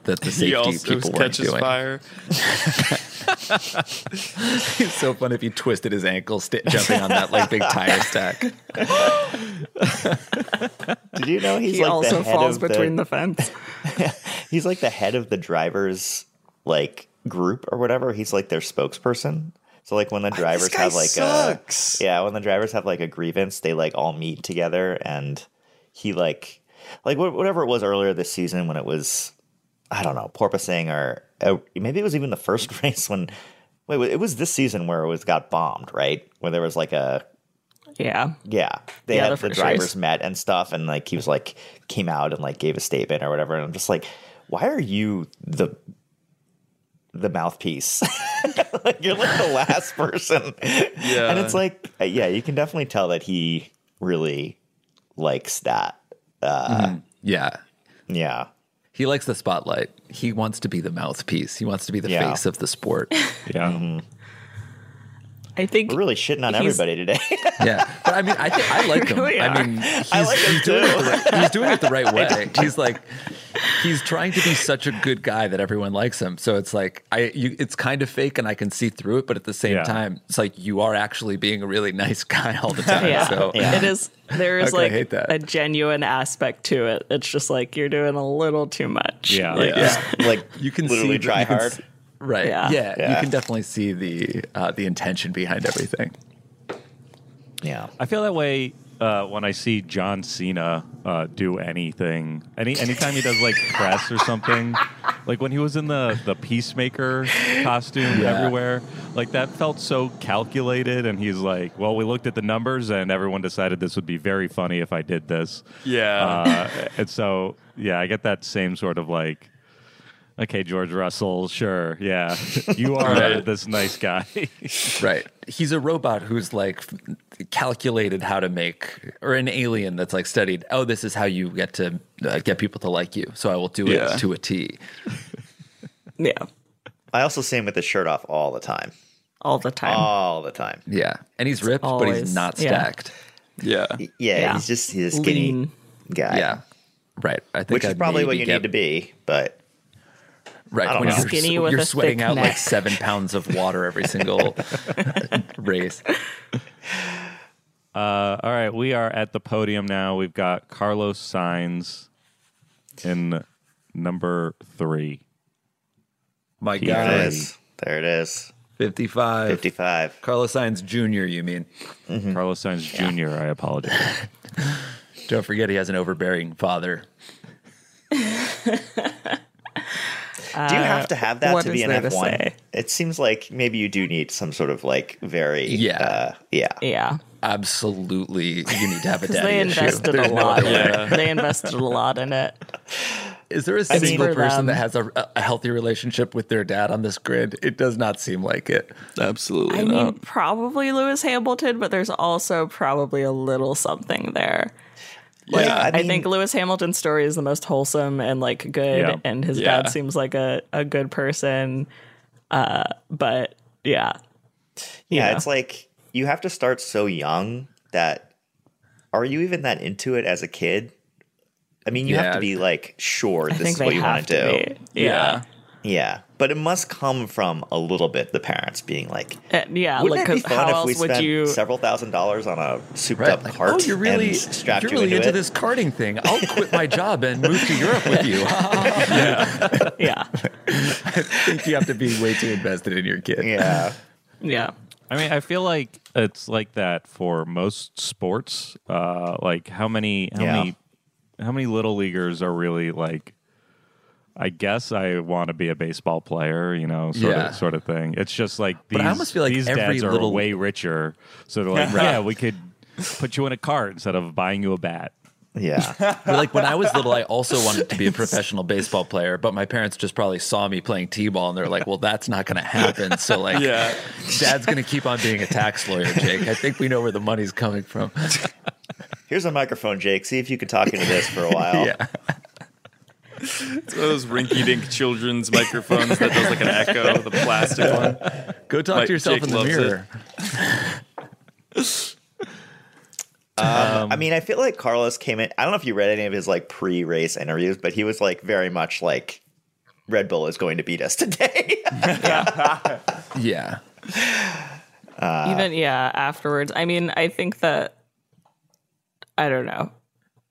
that the
He
safety
also
people weren't
catches
doing.
fire.
It's so fun if you twisted his ankle st- jumping on that like big tire stack.
Did you know he's
He
like
also
the head
falls
of the-
between the fence.
he's like the head of the drivers like group or whatever. He's like their spokesperson. So like when the drivers
guy
have like
sucks.
a yeah, when the drivers have like a grievance, they like all meet together and he like like wh- whatever it was earlier this season when it was I don't know porpoising or uh, maybe it was even the first race when wait wait, it was this season where it was got bombed right when there was like a
Yeah.
yeah, they
Yeah, the
had the
first
drivers
race.
met and stuff, and like he was like came out and like gave a statement or whatever. And I'm just like, why are you the the mouthpiece? like you're like the last person. Yeah, and it's like, uh, yeah, you can definitely tell that he really likes that.
Yeah.
Yeah,
He likes the spotlight. He wants to be the mouthpiece. He wants to be the
Yeah.
face of the sport.
Yeah.
I think
we're really shitting on
He's-
everybody today.
Yeah, but I mean, I think I like him.
really
I
are.
mean, he's,
I like him
he's doing it
too.
the right, he's doing it the right way. He's like, he's trying to be such a good guy that everyone likes him. So it's like, I, you, it's kind of fake, and I can see through it. But at the same
Yeah.
time, it's like you are actually being a really nice guy all the time.
yeah.
So
It is there
How
is
could I
like
hate that?
a genuine aspect to it. It's just like you're doing a little too much.
Yeah.
Like,
Like,
yeah.
like
you can
literally
see
try
you can
hard.
s- right? Yeah.
Yeah.
you
Yeah.
can definitely see the uh, the intention behind everything.
yeah,
I feel that way uh, when I see John Cena uh, do anything. Any anytime he does like press or something, like when he was in the the peacemaker costume
Yeah.
everywhere, like that felt so calculated. And he's like, "Well, we looked at the numbers, and everyone decided this would be very funny if I did this."
Yeah.
Uh, and so, yeah, I get that same sort of like. Okay, George Russell, sure. Yeah. You are
Right.
this nice guy.
Right. He's a robot who's like f- calculated how to make, or an alien that's like studied. Oh, this is how you get to uh, get people to like you. So I will do
Yeah.
it to a T.
yeah.
I also see him with his shirt off all the time,
All the time.
all the time.
Yeah. And he's ripped, but he's
always-
not
yeah.
stacked.
Yeah.
Yeah,
Yeah.
he's just he's a skinny
Lean.
guy.
Yeah. Right. I think
which is
I'd
probably what
maybe
you
get-
need to be, but.
Right.
I don't
when
know.
you're,
Skinny
skinny
with
you're
a
sweating
thick
out like
neck.
seven pounds of water every single race.
Uh, all right, we are at the podium now. We've got Carlos Sainz in number three.
My
Yeah.
There it
God.
is. There it is.
55.
55.
Carlos Sainz Jr., you mean? Mm-hmm.
Carlos Sainz Jr. I apologize.
Don't forget he has an overbearing father.
do you have to have that
Uh, what
to be
is
an
there to
F1?
say?
It seems like maybe you do need some sort of like very.
Yeah.
Uh, yeah.
yeah.
Absolutely, you need to have a
Because they
daddy issue.
invested
There's
a
no
lot.
other way.
They invested a lot in it.
Is there a
mean,
single
for
person
them.
that has a, a healthy relationship with their dad on this grid? It does not seem like it.
Absolutely
I
not.
mean, probably Lewis Hamilton, but there's also probably a little something there. Like,
Yeah, I
I,
mean-
think Lewis Hamilton's story is the most wholesome and like good,
Yeah.
and his
Yeah.
dad seems like a, a good person. Uh, but yeah,
Yeah.
Yeah.
It's like you have to start so young that are you even that into it as a kid? I mean, you have
Yeah.
to be like, sure,
I
this
think
is what
they
you want
have
to do.
to be. Yeah,
Yeah. But it must come from a little bit the parents being like,
And- yeah.
wouldn't
like,
it be
'cause
fun
how
if we
else would
spent
you?
several thousand dollars on a souped
Right?
up
Like,
cart
oh, you're really,
and strapped
you're
you
really
into,
into
it?
this karting thing. I'll quit my job and move to Europe with you. I
Yeah,
think you have to be way too invested in your kid.
Yeah.
yeah.
I mean, I feel like it's like that for most sports. Uh, like how many how
Yeah.
many how many little leaguers are really like I guess I want to be a baseball player, you know, sort
Yeah.
of sort of thing. It's just like these,
But I almost feel like
these
every
dads are
little-
way richer. So they're like, yeah, we could put you in a cart instead of buying you a bat.
Yeah.
But like when I was little, I also wanted to be a professional baseball player, but my parents just probably saw me playing t-ball and they're like, "Well, that's not going to happen." So like,
Yeah.
Dad's going to keep on being a tax lawyer, Jake. I think we know where the money's coming from.
Here's a microphone, Jake. See if you can talk into this for a while.
Yeah.
It's one of those rinky-dink children's microphones that does like an echo, the plastic one.
Go talk
Like,
to yourself
Jake
in the
loves it.
mirror.
I mean, I feel like Carlos came in. I don't know if you read any of his like pre-race interviews, but he was like very much like Red Bull is going to beat us today.
Yeah.
Even yeah, afterwards. I mean, I think that I don't know.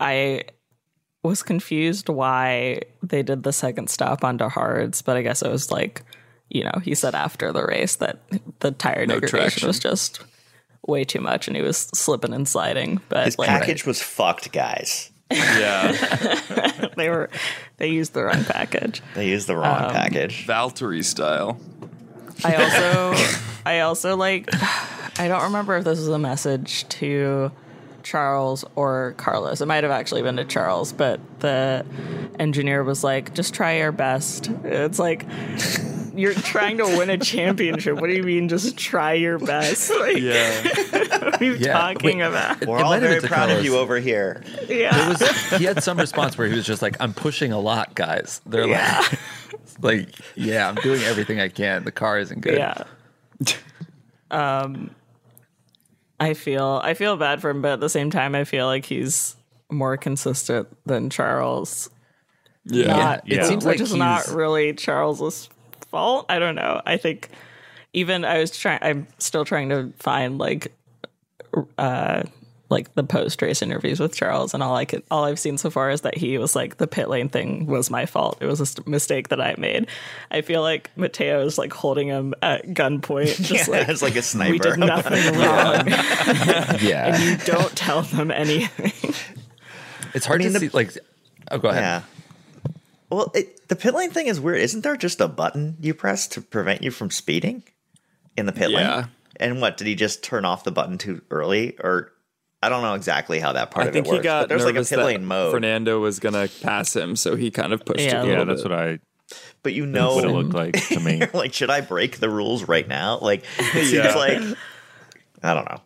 I was confused why they did the second stop on Hards, but I guess it was like, you know, he said after the race that the tire degradation
traction.
was just way too much and he was slipping and sliding. But
His
like
package was fucked, guys.
Yeah.
they were they used the wrong package.
They used the
Um,
wrong package.
Valtteri style.
I also I also like I don't remember if this was a message to Charles or Carlos. It might have actually been to Charles, but the engineer was like, "Just try your best." It's like you're trying to win a championship. What do you mean just try your best? Like
Yeah.
what are you
Yeah,
talking
wait.
about?
We're
It might
all
have been
very
to
proud of
Carlos.
you over here.
Yeah.
It was, he had some response where he was just like, I'm pushing a lot, guys. They're like, like, yeah, I'm doing everything I can. The car isn't good.
Yeah. um I feel I feel bad for him, but at the same time I feel like he's more consistent than Charles.
Yeah.
Not,
Yeah. It
seems like
which is not
he's-
really Charles's fault. I don't know. I think even I was trying I'm still trying to find like uh, like the post race interviews with Charles, and all I could, all I've seen so far is that he was like the pit lane thing was my fault. It was a st- mistake that I made. I feel like Mateo is like holding him at gunpoint, just
Yeah,
like
it's like a
we
sniper.
did nothing wrong.
Yeah.
You don't tell them anything.
It's hard
I mean,
to
the-
see. Like, oh, go ahead.
Yeah. Well, it, the pit lane thing is weird. Isn't there just a button you press to prevent you from speeding in the pit
Yeah.
lane? And what did he just turn off the button too early, or I don't know exactly how that part
I
of
think
it works.
he got
but there's like a
nervous
pit
that
lane mode,
Fernando was gonna pass him, so he kind of pushed
Yeah.
it. A
Yeah,
Yeah,
little
that's
bit.
what I
but you
what it
know,
looked like to me.
you're like, should I break the rules right now? Like, it seems
Yeah.
like I don't know.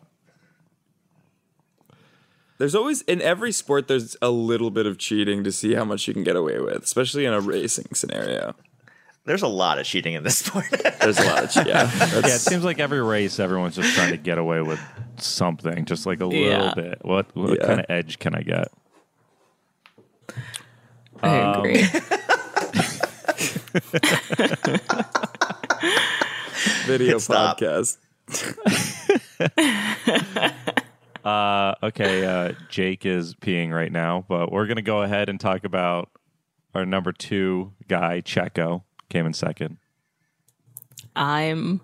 There's always in every sport. There's a little bit of cheating to see how much you can get away with, especially in a racing scenario.
There's a lot of cheating in this sport.
There's a lot. Of, che- yeah.
Yeah, it
That's,
seems like every race, everyone's just trying to get away with something, just like a little
Yeah.
bit. What what
Yeah.
kind of edge can I get?
I agree.
video
stop.
podcast.
Uh, okay, uh, Jake is peeing right now, but we're gonna go ahead and talk about our number two guy, Checo, came in second.
I'm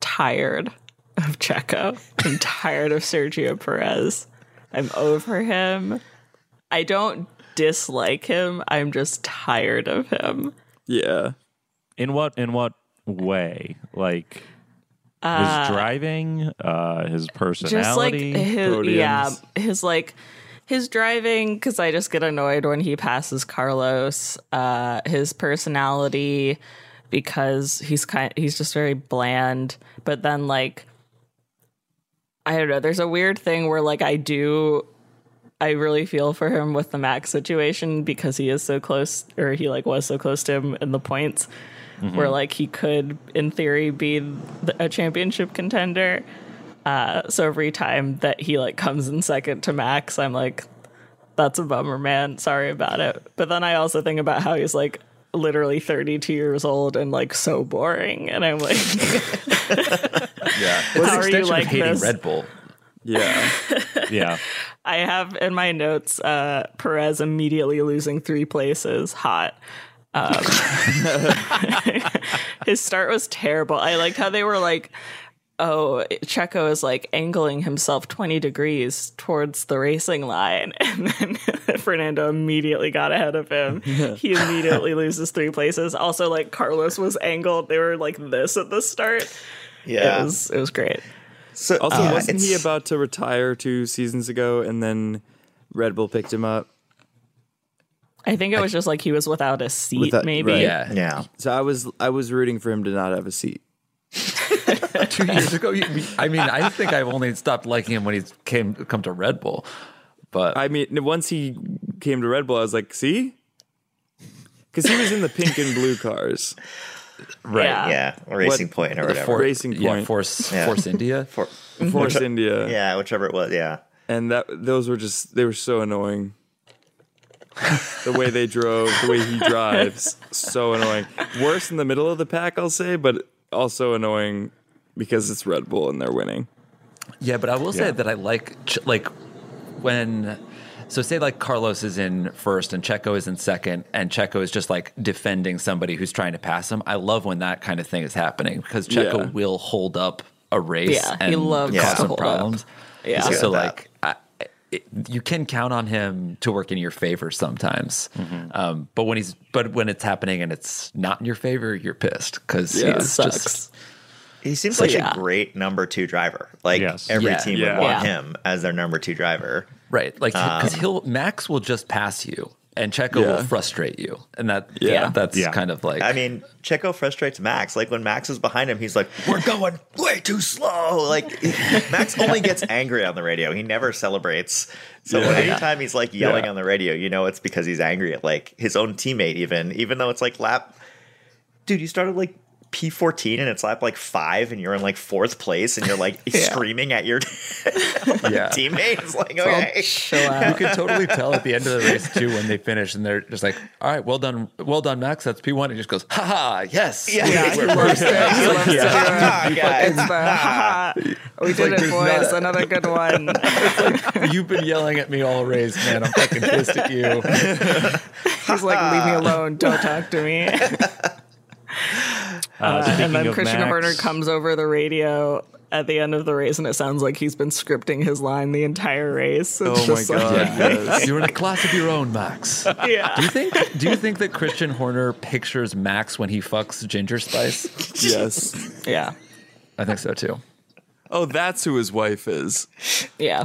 tired of Checo. I'm tired of Sergio Perez. I'm over him. I don't dislike him. I'm just tired of him.
Yeah.
In what in what way? Like his driving, uh, his
just like
personality.
his yeah
podiums.
his like his driving because i just get annoyed when he passes carlos uh his personality because he's kind he's just very bland but then like i don't know there's a weird thing where like i do i really feel for him with the max situation because he is so close or he like was so close to him in the points where like he could in theory be th- a championship contender Uh, so every time that he like comes in second to Max, I'm like, that's a bummer, man. Sorry about it. But then I also think about how he's like literally 32 years old and like so boring, and I'm like,
Yeah. It's
How are
an
you
extension
like
of hating
this?
Red Bull.
Yeah.
yeah,
I have in my notes uh, Perez immediately losing three places. Hot. Um, his start was terrible. I liked how they were like, oh, Checo is like angling himself 20 degrees towards the racing line. And then Fernando immediately got ahead of him. He immediately loses three places. Also, like Carlos was angled. They were like this at the start. It
Yeah.
was it was great.
so
Also,
yeah,
wasn't he
it's-
about to retire two seasons ago, and then Red Bull picked him up?
I think it was just like he was without a seat,
Without-
maybe.
right.
Yeah.
Yeah.
So I was I was rooting for him to not have a seat.
Two years ago, you- we- I mean, I think I've only stopped liking him when he came come to Red Bull. But
I mean, once he came to Red Bull, I was like, see, because he was in the pink and blue cars.
right.
Yeah.
Yeah. Racing point or whatever.
For-
Racing
Yeah,
point.
Force,
Yeah.
Force India.
For-
Force India.
yeah, whichever it was. Yeah.
And that those were just they were so annoying. the way they drove, the way he drives. So annoying. Worse in the middle of the pack, I'll say, but also annoying because it's Red Bull and they're winning.
Yeah, but I will say that I like ch- like when so say like Carlos is in first and Checo is in second and Checo is just like defending somebody who's trying to pass him. I love when that kind of thing is happening because Checo
Yeah.
will hold up a race.
Yeah, he
and
loves
cause
to
some
hold up.
problems.
Yeah. He's
good
so
at that.
like I, it, you can count on him to work in your favor sometimes. Um, but when he's but when it's happening and it's not in your favor, you're pissed because
Yeah.
It sucks.
He seems
So,
like
yeah.
a great number two driver. Like
Yes.
every
Yeah.
team
Yeah.
would want
Yeah.
him as their number two driver.
Right. Like, because
Um,
he'll, Max will just pass you and Checo
Yeah.
will frustrate you. And that,
Yeah.
yeah, that's
Yeah.
kind of like,
I mean, Checo frustrates Max. Like when Max is behind him, he's like, "We're going way too slow." Like Max only gets angry on the radio. He never celebrates. So
Yeah.
anytime he's like yelling
Yeah.
on the radio, you know it's because he's angry at like his own teammate. Even even though it's like lap, dude, you started like. P14 and it's lap like five and you're in like fourth place and you're like screaming at your
yeah.
teammates like
I'll
okay
chill
You
out.
can totally tell at the end of the race, too, when they finish and they're just like, all right, well done, well done, Max. That's P1. And he just goes, ha ha, yes.
Yeah.
we
Yeah.
were
Yeah.
first."
Ah, guys.
It's the, "Ha, ha, we did
like
it,
there's
boys.
not-
Another good one.
You've been yelling at me all race, man. I'm fucking pissed at you.
He's like, leave me alone. Don't talk to me.
Uh, speaking
and then
of
Christian
Max,
Horner comes over the radio at the end of the race, and it sounds like he's been scripting his line the entire race. It's
Oh my
just
god.
like,
yes.
You're in a class of your own, Max.
yeah.
Do you think? Do you think that Christian Horner pictures Max when he fucks Ginger Spice?
yes.
yeah,
I think so too.
Oh, that's who his wife is.
yeah,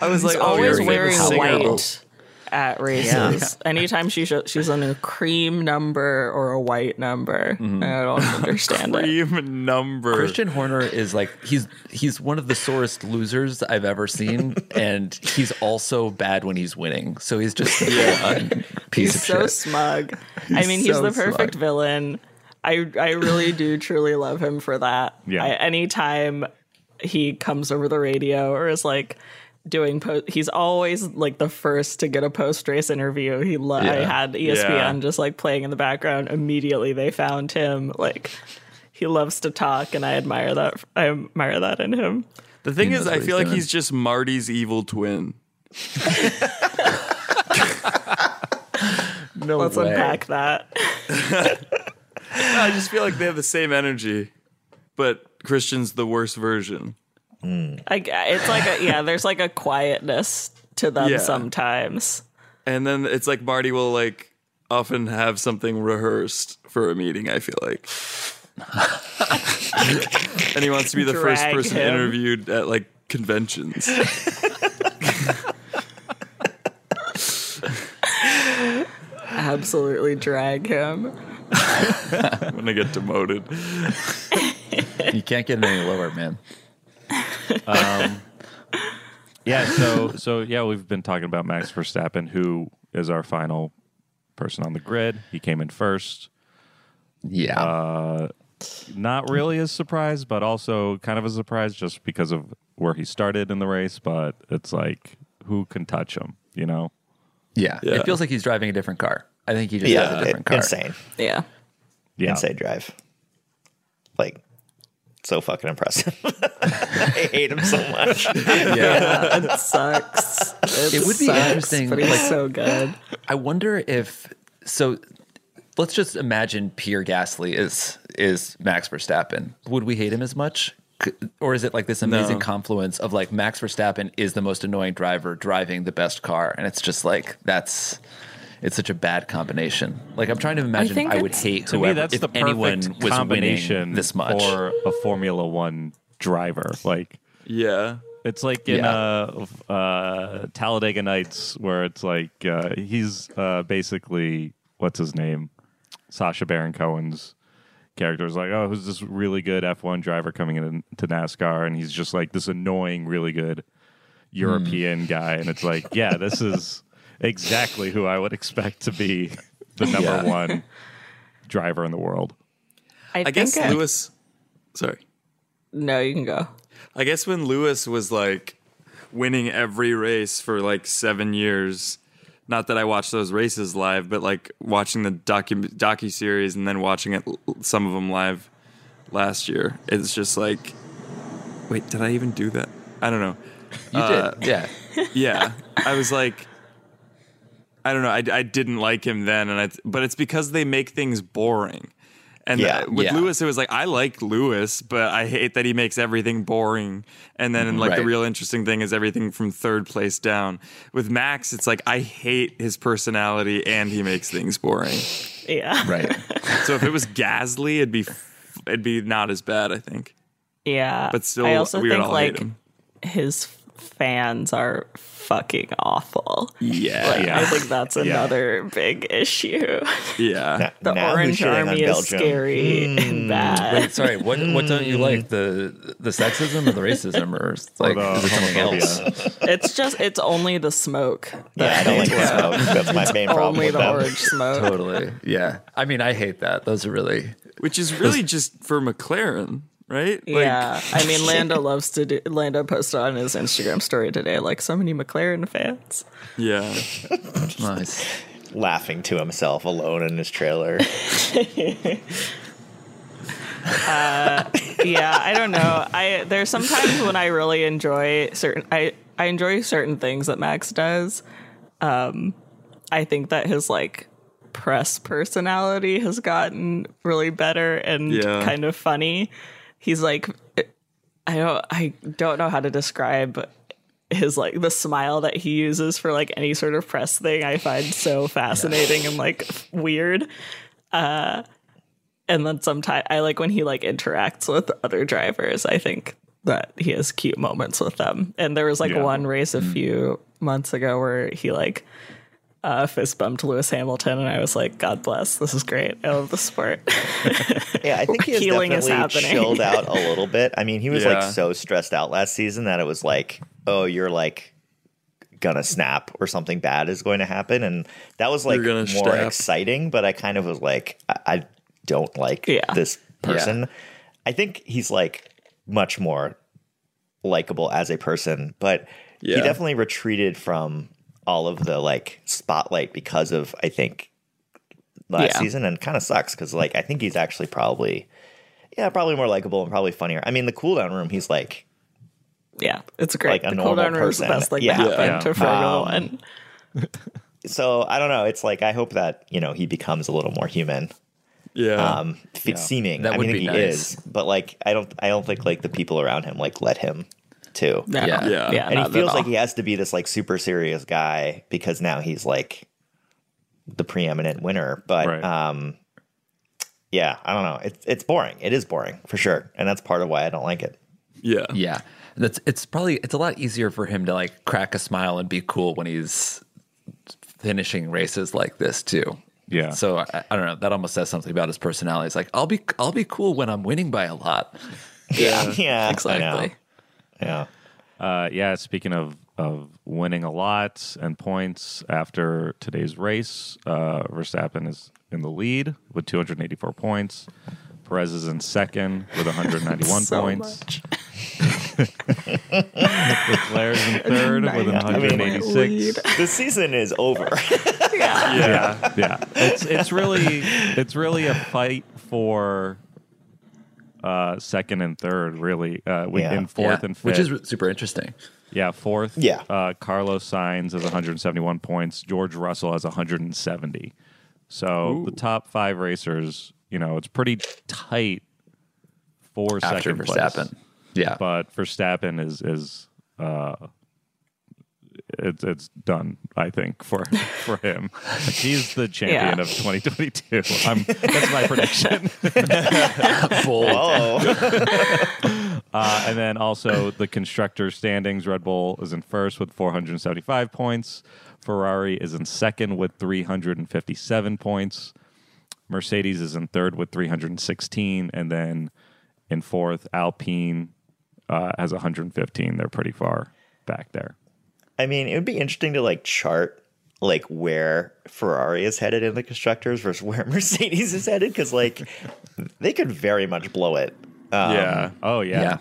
I was like, oh,
Always
your
wearing
favorite singer.
white at races. Anytime she show, she's on a cream number or a white number, I don't understand it.
Mm-hmm. Cream number.
Christian Horner is like he's he's one of the sorest losers I've ever seen, and he's also bad when he's winning. So he's just a piece
He's
of
so
shit.
smug. I mean, he's
so
the
smug.
perfect villain. I I really do truly love him for that.
Yeah.
I, anytime he comes over the radio or is like doing post, he's always like the first to get a post race interview. He lo- I
Yeah.
had E ESPN
Yeah.
just like playing in the background. Immediately they found him. Like he loves to talk, and I admire that. I admire that in him.
The thing
He knows
is, I
what he's
feel like
doing.
he's just Marty's evil twin.
No
Let's unpack that.
I just feel like they have the same energy, but Christian's the worse version.
I, it's like a, yeah, there's like a quietness to them
Yeah.
sometimes.
And then it's like Marty will like often have something rehearsed for a meeting, I feel like. and he wants to be the first
Drag
person
him.
interviewed at like conventions.
absolutely drag him.
I'm gonna get demoted.
You can't get it any lower, man.
Yeah, so so yeah, we've been talking about Max Verstappen, who is our final person on the grid. He came in first.
Yeah.
Not really a surprise, but also kind of a surprise just because of where he started in the race. But it's like, who can touch him? You know?
yeah.
Yeah.
It feels like he's driving a different car. I think he just has a
yeah
different
it-
car.
insane
Yeah.
Yeah.
inside drive. Like, so fucking impressive. I hate him so much.
It sucks. It,
It would be
sucks,
interesting,
But he's
like-
so good.
I wonder if so. Let's just imagine Pierre Gasly is is Max Verstappen. Would we hate him as much, C- or is it like this amazing confluence of like Max Verstappen is the most annoying driver driving the best car, and it's just like that's it's such a bad combination. Like I'm trying to imagine
think
I, would
it's-
hate
To
whoever
me, that's
if
the perfect
anyone was
combination
winning this much.
for a Formula One driver. Like
Yeah.
It's like in
Yeah.
uh, uh, Talladega Nights, where it's like uh, he's uh, basically what's his name, Sasha Baron Cohen's character is like, oh, who's this really good F1 driver coming in to NASCAR, and he's just like this annoying, really good
Hmm.
European guy, and it's like, yeah, this is exactly who I would expect to be the number
Yeah.
one driver in the world.
I,
I
think
guess
I-
Lewis sorry.
No, you can go.
I guess when Lewis was like winning every race for like seven years, Not that I watched those races live, but like watching the docu docu series and then watching it some of them live last year. It's just like, wait, did I even do that? I don't know.
You
Uh,
did. Yeah.
yeah i was like i don't know i, I didn't like him then and I, but it's because they make things boring and
Yeah,
uh, with
yeah.
lewis it was like i like lewis but i hate that he makes everything boring and then like the
Right.
real interesting thing is everything from third place down with max it's like i hate his personality and he makes things boring
Yeah.
Right.
so if it was gasly it'd be f- it'd be not as bad i think
Yeah.
but still
I also
we would
think
all
like
hate him
his fans are fucking awful.
yeah
Like,
Yeah.
I think that's another big issue.
yeah
The
Now who's
Orange
shitting on
Army is
Belgium?
scary and bad.
Wait, sorry. What what don't
Hmm.
you like the the sexism or the racism or like
the
is it something else?
It's just it's only the smoke.
Yeah, I don't like the smoke. That's my main problem
only
with
the
them.
orange smoke.
totally. Yeah. I mean, I hate that. Those are really
which is really just for mclaren right Like,
yeah, I mean Lando loves to do. Lando posted on his Instagram story today, like so many McLaren fans.
Yeah.
nice.
Laughing to himself alone in his trailer.
Yeah, I don't know. I there's sometimes when I really enjoy certain. I I enjoy certain things that Max does. Um, I think that his like press personality has gotten really better and
Yeah.
kind of funny. He's like, I don't I don't know how to describe his like the smile that he uses for like any sort of press thing I find so fascinating and like weird. Uh and then sometimes I like when he like interacts with other drivers. I think that he has cute moments with them. And there was like
Yeah.
one race a few months ago where he like uh, fist bumped Lewis Hamilton, and I was like, "God bless, this is great. I love the sport."
Yeah, I think he has
Healing is
definitely
happening.
chilled out a little bit. I mean, he was like
Yeah.
so stressed out last season that it was like, oh, you're like gonna snap or something bad is going to happen, and that was like
You're
more
gonna snap.
exciting. But I kind of was like, I, I don't like
Yeah.
this person. I think he's like much more likable as a person, but
Yeah.
he definitely retreated from all of the like spotlight because of I think last
Yeah.
season and kind of sucks because like I think he's actually probably yeah probably more likable and probably funnier. I mean the cooldown room heom he's like
yeah, it's great.
Like a
the
normal
cooldown room is the
person.
best thing
Yeah.
that happened
Yeah.
to Formula
Um,
One.
so I don't know. It's like I hope that you know he becomes a little more human.
Yeah.
Um, f- seeming
That
I
would
mean
be
he
nice.
is, but like I don't I don't think like the people around him like let him too.
No,
yeah.
Yeah.
yeah, not
and he
at
feels
all.
like he has to be this like super serious guy because now he's like the preeminent winner but
Right.
um yeah i don't know it's it's boring it is boring for sure and that's part of why i don't like it
yeah.
Yeah. That's it's probably it's a lot easier for him to like crack a smile and be cool when he's finishing races like this too.
Yeah.
So I, I don't know. That almost says something about his personality. It's like I'll be I'll be cool when I'm winning by a lot.
yeah yeah Ah, I know.
Exactly.
yeah
Uh, yeah, speaking of of winning a lot and points after today's race, uh, Verstappen is in the lead with 284 points. Perez is in second with 191
So
points.
much.
Leclerc's in third with
mean,
186.
the season is over
Yeah.
yeah, yeah. It's it's really it's really a fight for uh, second and third, really. Uh, we-
Yeah.
in fourth
Yeah.
and fifth,
which is super interesting.
Yeah, fourth.
Yeah.
Uh, Carlos Sainz has 171 points. George Russell has 170. So the top five racers, you know, it's pretty tight for
after
second place.
Verstappen. Yeah.
But Verstappen is is uh, it's it's done. I think for for him, he's the champion
Yeah.
of 2022. I'm, that's my prediction.
oh
Uh, and then also the constructor standings. Red Bull is in first with 475 points. Ferrari is in second with 357 points. Mercedes is in third with 316. And then in fourth, Alpine uh, has 115. They're pretty far back there.
i mean it would be interesting to like chart like where ferrari is headed in the constructors versus where mercedes is headed because like they could very much blow it um,
yeah.
Oh, yeah.
yeah.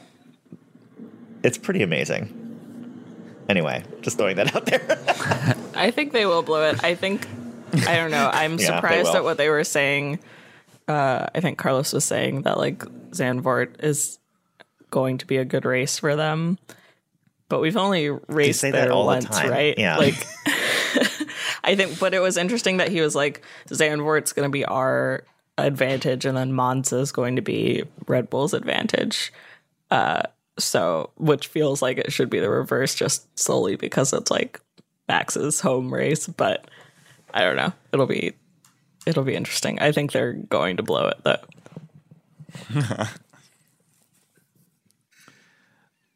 it's pretty amazing. Anyway, just throwing that out there.
I think they will blow it. I think I don't know. I'm
Yeah, they
surprised
will.
at what they were saying. Uh, I think Carlos was saying that like Zandvoort is going to be a good race for them, but we've only raced
say that
there
all the
once,
time.
right?
Yeah.
Like I think, but it was interesting that he was like Zandvoort's going to be our advantage, and then Monza is going to be Red Bull's advantage. Uh, So, which feels like it should be the reverse just solely because it's like Max's home race, but I don't know. It'll be it'll be interesting. I think they're going to blow it though.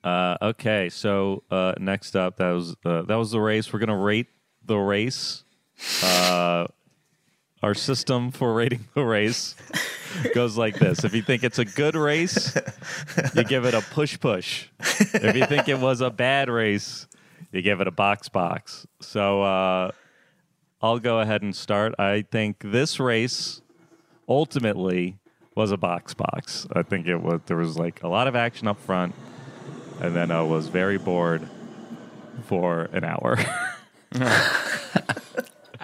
Uh, okay, so uh, next up, that was uh, that was the race. We're gonna rate the race. Uh, our system for rating the race goes like this: If you think it's a good race, you give it a push push. If you think it was a bad race, you give it a box box. So uh, I'll go ahead and start. I think this race ultimately was a box box. I think it was there was like a lot of action up front and then I was very bored for an hour.
I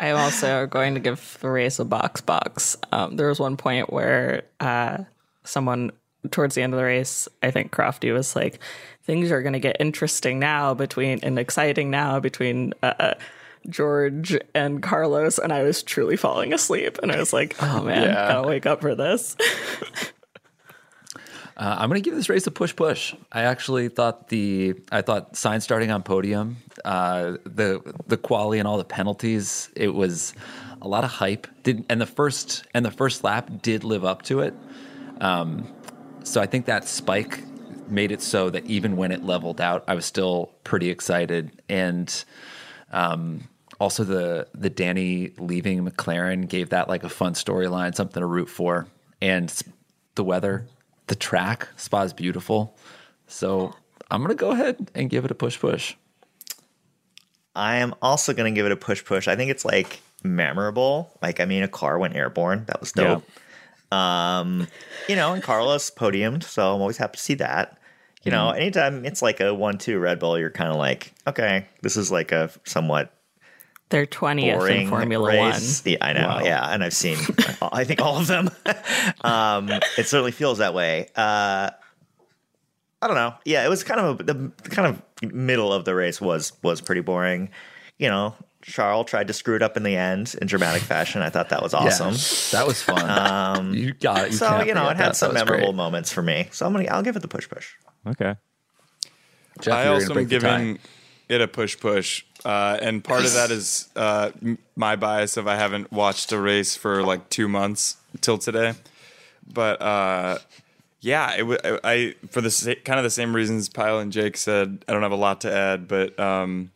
am also going to give the race a box box. Um, there was one point where uh, someone towards the end of the race, I think Crofty was like, "Things are going to get interesting now between and exciting now between uh, George and Carlos," and I was truly falling asleep, and I was like, "Oh man, gotta wake up for this."
Uh, I'm going to give this race a push push. I actually thought the I thought sign starting on podium, uh, the the quali and all the penalties. It was a lot of hype. Did and the first and the first lap did live up to it. Um, so I think that spike made it so that even when it leveled out, I was still pretty excited. And um, also the the Danny leaving McLaren gave that like a fun storyline, something to root for. And s- the weather, the track, Spa's beautiful. So I'm gonna go ahead and give it a push push.
I am also going to give it a push push. I think it's like memorable. Like, I mean, a car went airborne. That was dope. Um, you know, and Carlos podiumed. So I'm always happy to see that. You know,
Mm-hmm.
anytime it's like a one two Red Bull, you're kind of like, okay, this is like a somewhat
They're twentieth
boring
in Formula
race.
One.
Yeah, I know. Yeah, and I've seen, I think all of them. um, it certainly feels that way. Uh, I don't know. Yeah, it was kind of a, the kind of middle of the race was was pretty boring. You know, Charles tried to screw it up in the end in dramatic fashion. I thought that was awesome.
that was fun. Um, you got it.
So
can't
you know,
forget that.
it had
That
some
was great.
memorable moments for me. So I'm gonna, I'll give it the push push.
okay.
Jeff,
I
you were
also
gonna
am
break the tie.
giving it a push push. Uh, and part of that is uh, m- my bias of I haven't watched a race for like two months till today. But uh, yeah, it w- I, I for the sa- kind of the same reasons Pyle and Jake said. I don't have a lot to add, but um,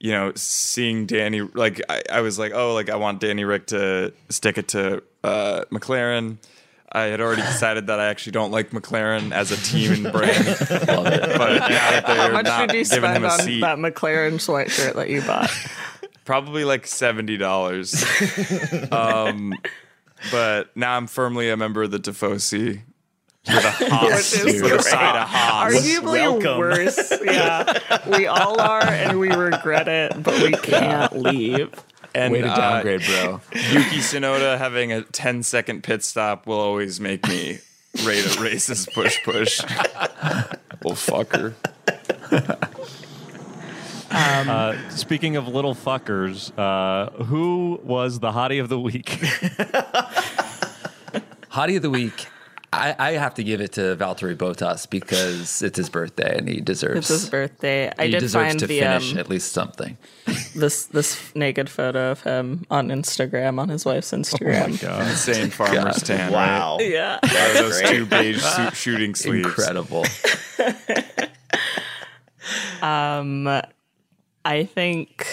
you know, seeing Danny like I, I was like, oh, like I want Danny Rick to stick it to uh, McLaren. I had already decided that I actually don't like McLaren as a team and brand. But now that they're
How much
not
did you
giving
spend
him a
on
seat,
that McLaren sweatshirt that you bought?
probably like seventy dollars. um, but now I'm firmly a member of the Tifosi. With a Haas,
Which is
with a side of Haas.
Arguably
welcome.
worse. Yeah. we all are and we regret it, but we can't leave.
and
Way to
uh,
downgrade, bro.
Yuki Tsunoda having a 10 second pit stop will always make me rate a racist push push. Well, fucker.
Uh, speaking of little fuckers, uh, who was the hottie of the week?
Hottie of the week. I, I have to give it to Valtteri Bottas because it's his birthday and he deserves.
It's his birthday. I
he
did
deserves
find
to
the
finish
um,
at least something.
this this naked photo of him on Instagram on his wife's
Oh
Instagram.
Insane farmer's tan. right?
Wow.
yeah.
Or those two beige su- shooting sleeves.
Incredible.
I think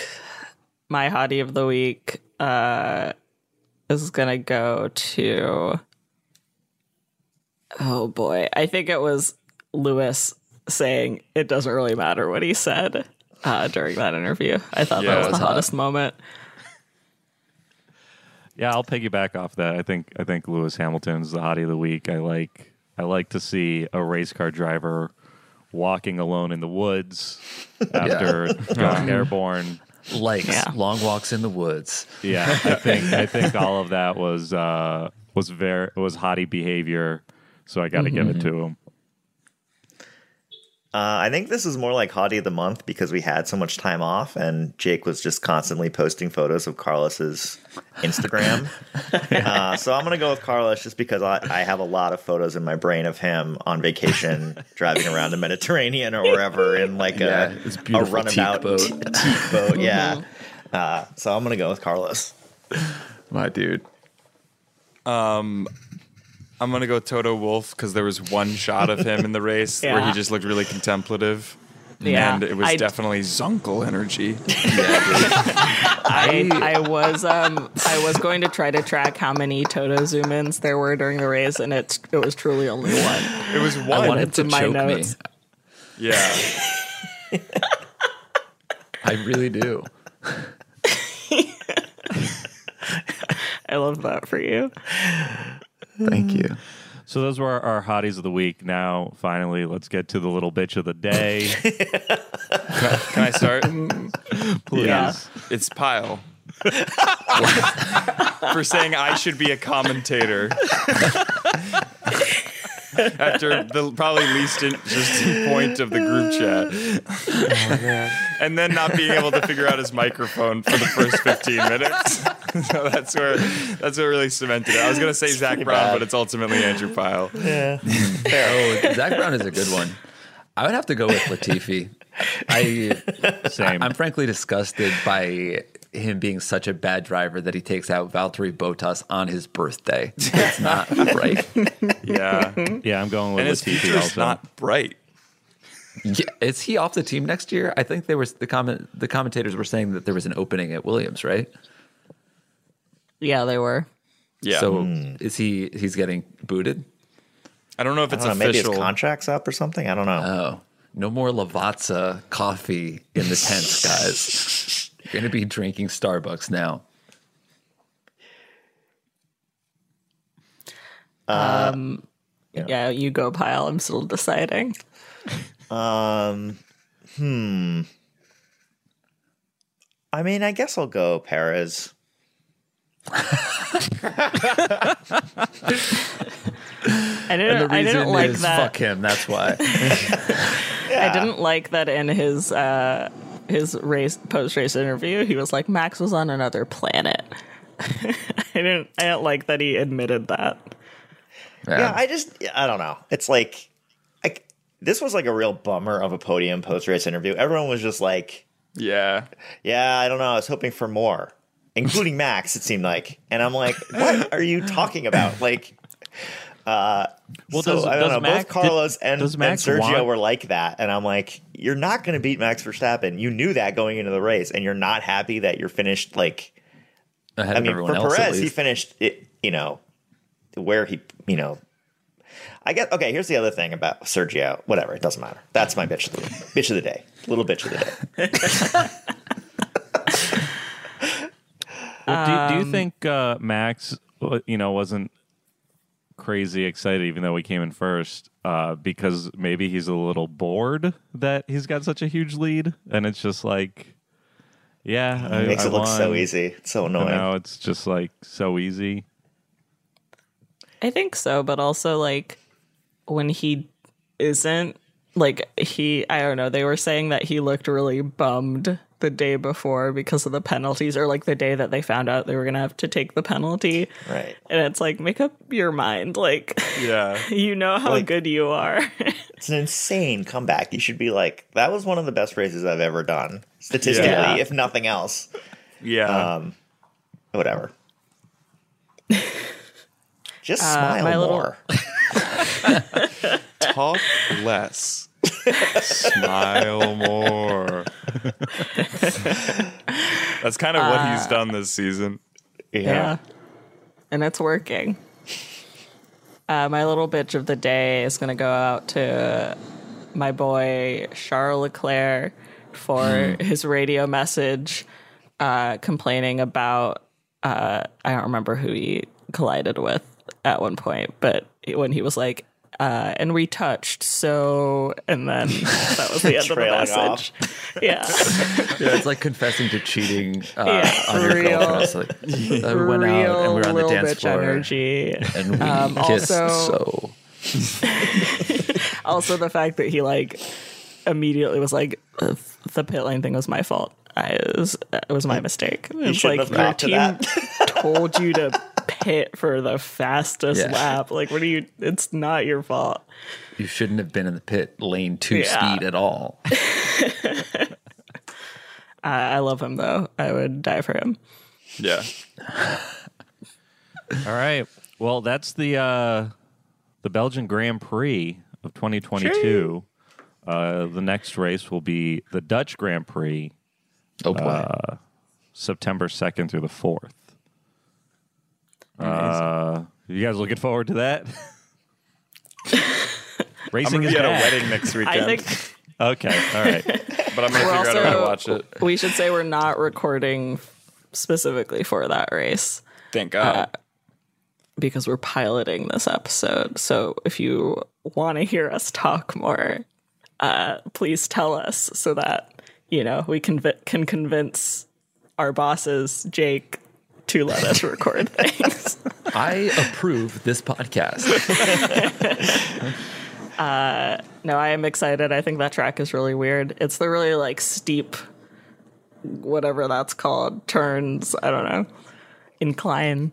my hottie of the week uh, is gonna go to. Oh boy, I think it was Lewis saying it doesn't really matter what he said uh, during that interview. I thought
Yeah,
that was
it
the
was
hot.
hottest moment.
Yeah, I'll piggyback off that. I think I think Lewis Hamilton's the hottie of the week. I like I like to see a race car driver walking alone in the woods after going airborne.
likes
Yeah.
long walks in the woods.
Yeah, I think I think all of that was uh, was very was hottie behavior. So I got to give it to him.
Uh, I think this is more like Hottie of the Month because we had so much time off, and Jake was just constantly posting photos of Carlos's Instagram. uh, so I'm gonna go with Carlos just because I, I have a lot of photos in my brain of him on vacation, driving around the Mediterranean or wherever in like
Yeah, his
a, a
beautiful
runabout
teak boat.
t- teak boat. Yeah. Uh, so I'm gonna go with Carlos.
My dude.
I'm gonna go Toto Wolf because there was one shot of him in the race where
Yeah.
he just looked really contemplative.
Yeah.
and it was
I-
definitely Zunkel energy.
I, I was um I was going to try to track how many Toto zoom ins there were during the race, and it's it was truly only one.
It was
I
one.
wanted
it's
to
in my
choke
notes.
me.
yeah,
I really do.
I love that for you.
Thank you.
So those were our, our hotties of the week. Now, finally, let's get to the little bitch of the day.
can I start?
Please.
Yeah.
It's Pyle. For saying I should be a commentator. After the probably least interesting point of the group chat. and then not being able to figure out his microphone for the first 15 minutes. so that's where that's what really cemented it. I was gonna say Zach Brown, but it's ultimately Andrew Pyle.
Oh, Zach Brown is a good one. I would have to go with Latifi. I
Same.
I'm frankly disgusted by him being such a bad driver that he takes out Valtteri Botas on his birthday. It's not right.
Yeah. And
yeah, I'm going with
his
Latifi
future's
also.
not bright.
Yeah, is he off the team next year? I think they were the comment the commentators were saying that there was an opening at Williams, right?
Yeah, they were.
Yeah.
So is he he's getting booted?
I don't know if
I
it's
don't know, maybe his
official.
contract's up or something. I don't know.
Oh, no more Lavazza coffee in the tents, guys. You're gonna be drinking Starbucks now.
Yeah. you go pile. I'm still deciding.
Um, hmm. I mean, I guess I'll go Perez.
I didn't I didn't like that.
fuck him. That's why.
I didn't like that in his uh his race post race interview. He was like Max was on another planet. I didn't I didn't like that he admitted that.
Yeah, I just I don't know. It's like I, this was like a real bummer of a podium post race interview. Everyone was just like,
yeah.
"Yeah, I don't know. I was hoping for more," including Max. It seemed like, and I'm like, "What are you talking about?" Like, uh,
Well,
so
does-
I don't
does
know.
Max-
Both Carlos and,
does
and
Max
Sergio
want-
were like that, and I'm like, "You're not going to beat Max Verstappen. You knew that going into the race, and you're not happy that you're finished like."
Ahead
I
of
mean,
everyone
for
else, at
Perez, he
least.
finished it. You know, where he, you know, I guess. Okay, here's the other thing about Sergio. Whatever, it doesn't matter. That's my bitch of the bitch of the day. Little bitch of the day.
Well, do,
um,
do you think uh, Max, uh, you know, wasn't crazy excited even though we came in first uh, because maybe he's a little bored that he's got such a huge lead and it's just like, yeah, I,
It makes
I
it look so
won.
easy. eh? It's so
And
annoying.
now it's just like so easy.
I think so, but also like when he isn't like he I don't know, they were saying that he looked really bummed the day before because of the penalties or like the day that they found out they were going to have to take the penalty.
Right.
And it's like make up your mind like
Yeah.
you know how
Like-
good you are.
It's an insane comeback. You should be like, that was one of the best races I've ever done, statistically,
Yeah.
if nothing else.
Yeah.
Um, whatever. Just smile
Uh, my little-
more.
talk less, smile more. That's kind of what
Uh,
he's done this season.
Yeah. And it's working. Uh, my little bitch of the day is going to go out to my boy Charles Leclerc for his radio message uh, complaining about, uh, I don't remember who he collided with at one point, but when he was like, uh, and we touched. So, and then that was the end of the
Trailing
message. Yeah.
Yeah, it's like confessing to cheating uh,
Yeah,
on your
real-
girlfriend. It's like, I went out and we were on the
little
dance
bitch
floor
energy.
and we
Um,
kissed.
also-
so
also the fact that he like immediately was like "Uh, the pit lane thing was my fault I, it, was, it was my mistake it's
shouldn't
like
have got to
your team told you to pit for the fastest
Yeah.
lap like what do you it's not your fault
you shouldn't have been in the pit lane two
Yeah.
speed at all.
I, I love him though i would die for him
Yeah.
All right. Well, that's the uh, the Belgian Grand Prix of 2022. Uh, the next race will be the Dutch Grand Prix,
Oh boy.
Uh,
September 2nd through the 4th. Uh, you guys looking forward to that?
I'm
Racing
going to
is
be at a
back.
wedding next weekend,
i think
Okay. All right.
but I'm going to
we're
figure out how to watch
also
it.
we should say we're not recording specifically for that race
Thank God.
Uh, because we're piloting this episode. So if you want to hear us talk more, uh, please tell us so that you know we conv- can convince our bosses, Jake, to let us record things.
I approve this podcast.
No, I am excited. I think that track is really weird. It's the really like steep, whatever that's called, turns. I don't know, incline.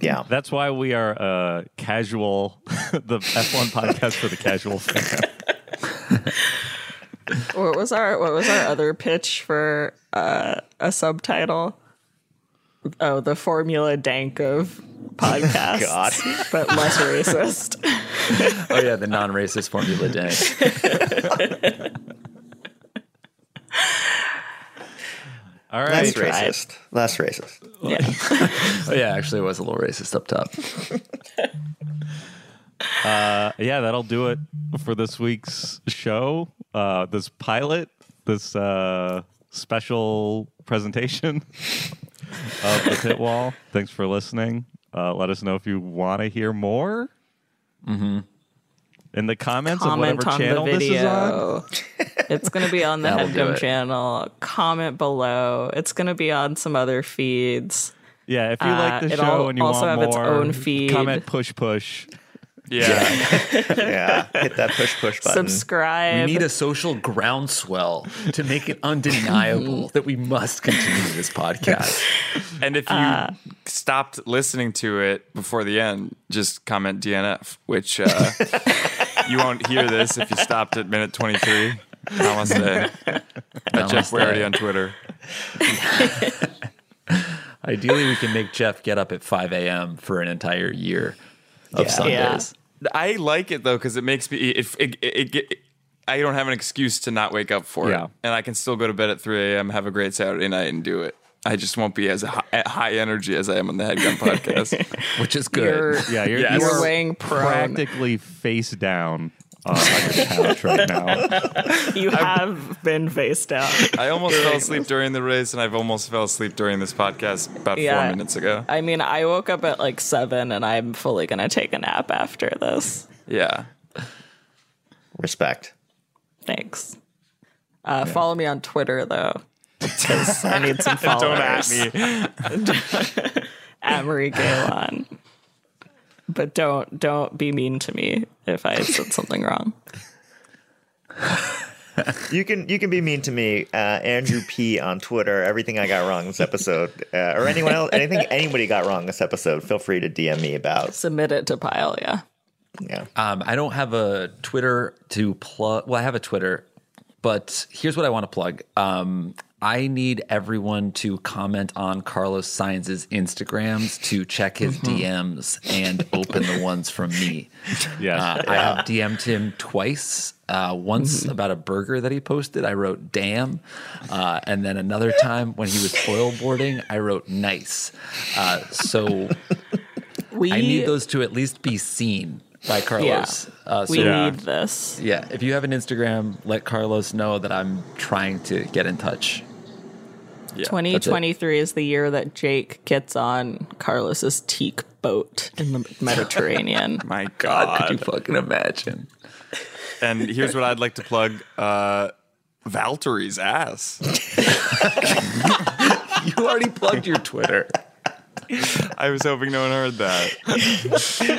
yeah.
That's why we are uh, casual, the F1 podcast for the casual fan.
What was our What was our other pitch for uh, a subtitle? Oh, the Formula Dank of podcasts,
God.
but less racist.
oh yeah, the non-racist formula day.
All right.
That's
tried.
racist. That's racist.
yeah.
Oh yeah, actually it was a little racist up top.
yeah, that'll do it for this week's show. Uh, this pilot, this uh, special presentation of the pit wall. Thanks for listening. Uh, let us know if you want to hear more. Mm-hmm. In the comments of
Comment
whatever
on the
channel this is on.
video. it's going to be on the
That'll do
Headgum
it.
channel. Comment below. It's going to be on some other feeds.
Yeah, if you
Uh,
like the
it'll
show and you
also
want
have
more,
its own feed.
comment push push.
yeah.
Yeah. Hit that push push button.
We
Subscribe.
need a social groundswell to make it undeniable that we must continue this podcast.
And if you
Uh,
stopped listening to it before the end, just comment DNF, which uh, you won't hear this if you stopped at minute 23. Namaste. At Jeff
Namaste.
Warity on Twitter.
Ideally, we can make Jeff get up at 5 a.m. for an entire year of
yeah.
Sundays.
I like it though because it makes me. It, it, it, it- I don't have an excuse to not wake up for
Yeah.
it, and I can still go to bed at 3 a.m. Have a great Saturday night and do it. I just won't be as high, at high energy as I am on the Headgun podcast.
which is
You're,
good.
Yeah, you're, you
Yes.
you're
are
laying prone.
practically face down uh, on your couch right now.
You have been face down.
I almost fell asleep during the race, and I've almost fell asleep during this podcast about
Yeah.
four minutes ago.
I mean, I woke up at like seven, and I'm fully going to take a nap after this.
Yeah.
Respect.
Thanks. Uh, Follow me on Twitter though, 'cause I need some followers. Don't at me. at Marie Galon. But don't don't be mean to me if I said something wrong.
You can you can be mean to me, uh, Andrew P on Twitter. Everything I got wrong this episode, uh, or anyone else, anything anybody got wrong this episode, feel free to DM me about.
Submit it to Pile, yeah.
Yeah,
Um, I don't have a Twitter to plug. Well, I have a Twitter, but here's what I want to plug. Um, I need everyone to comment on Carlos Sainz's Instagrams to check his
Mm-hmm.
DMs and open the ones from me.
Yes.
Uh, I have DM'd him twice. Uh, once about a burger that he posted, I wrote "damn," uh, and then another time when he was foilboarding, I wrote "nice." Uh, so
We
I need those to at least be seen by Carlos. Uh, so
we
yeah.
need this.
if you have an Instagram, let Carlos know that I'm trying to get in touch.
that's it.
2023 is the year that Jake gets on Carlos's teak boat in the Mediterranean.
My
God, could you
God.
fucking imagine?
and here's what I'd like to plug uh, Valtteri's ass.
You already plugged your Twitter.
I was hoping no one heard that.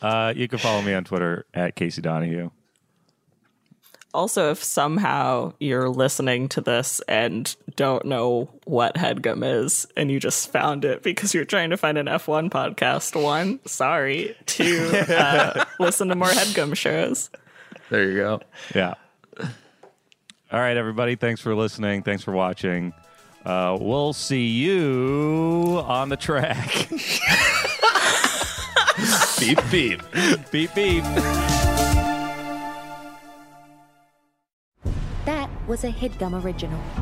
Uh, you can follow me on Twitter at Casey Donahue.
also, if somehow you're listening to this and don't know what headgum is, and you just found it because you're trying to find an F1 podcast, one, sorry, two, uh, listen to more headgum shows.
There you go.
Yeah. All right, everybody. Thanks for listening. Thanks for watching. Uh, we'll see you on the track.
Beep beep.
beep, beep.
That was a headgum original.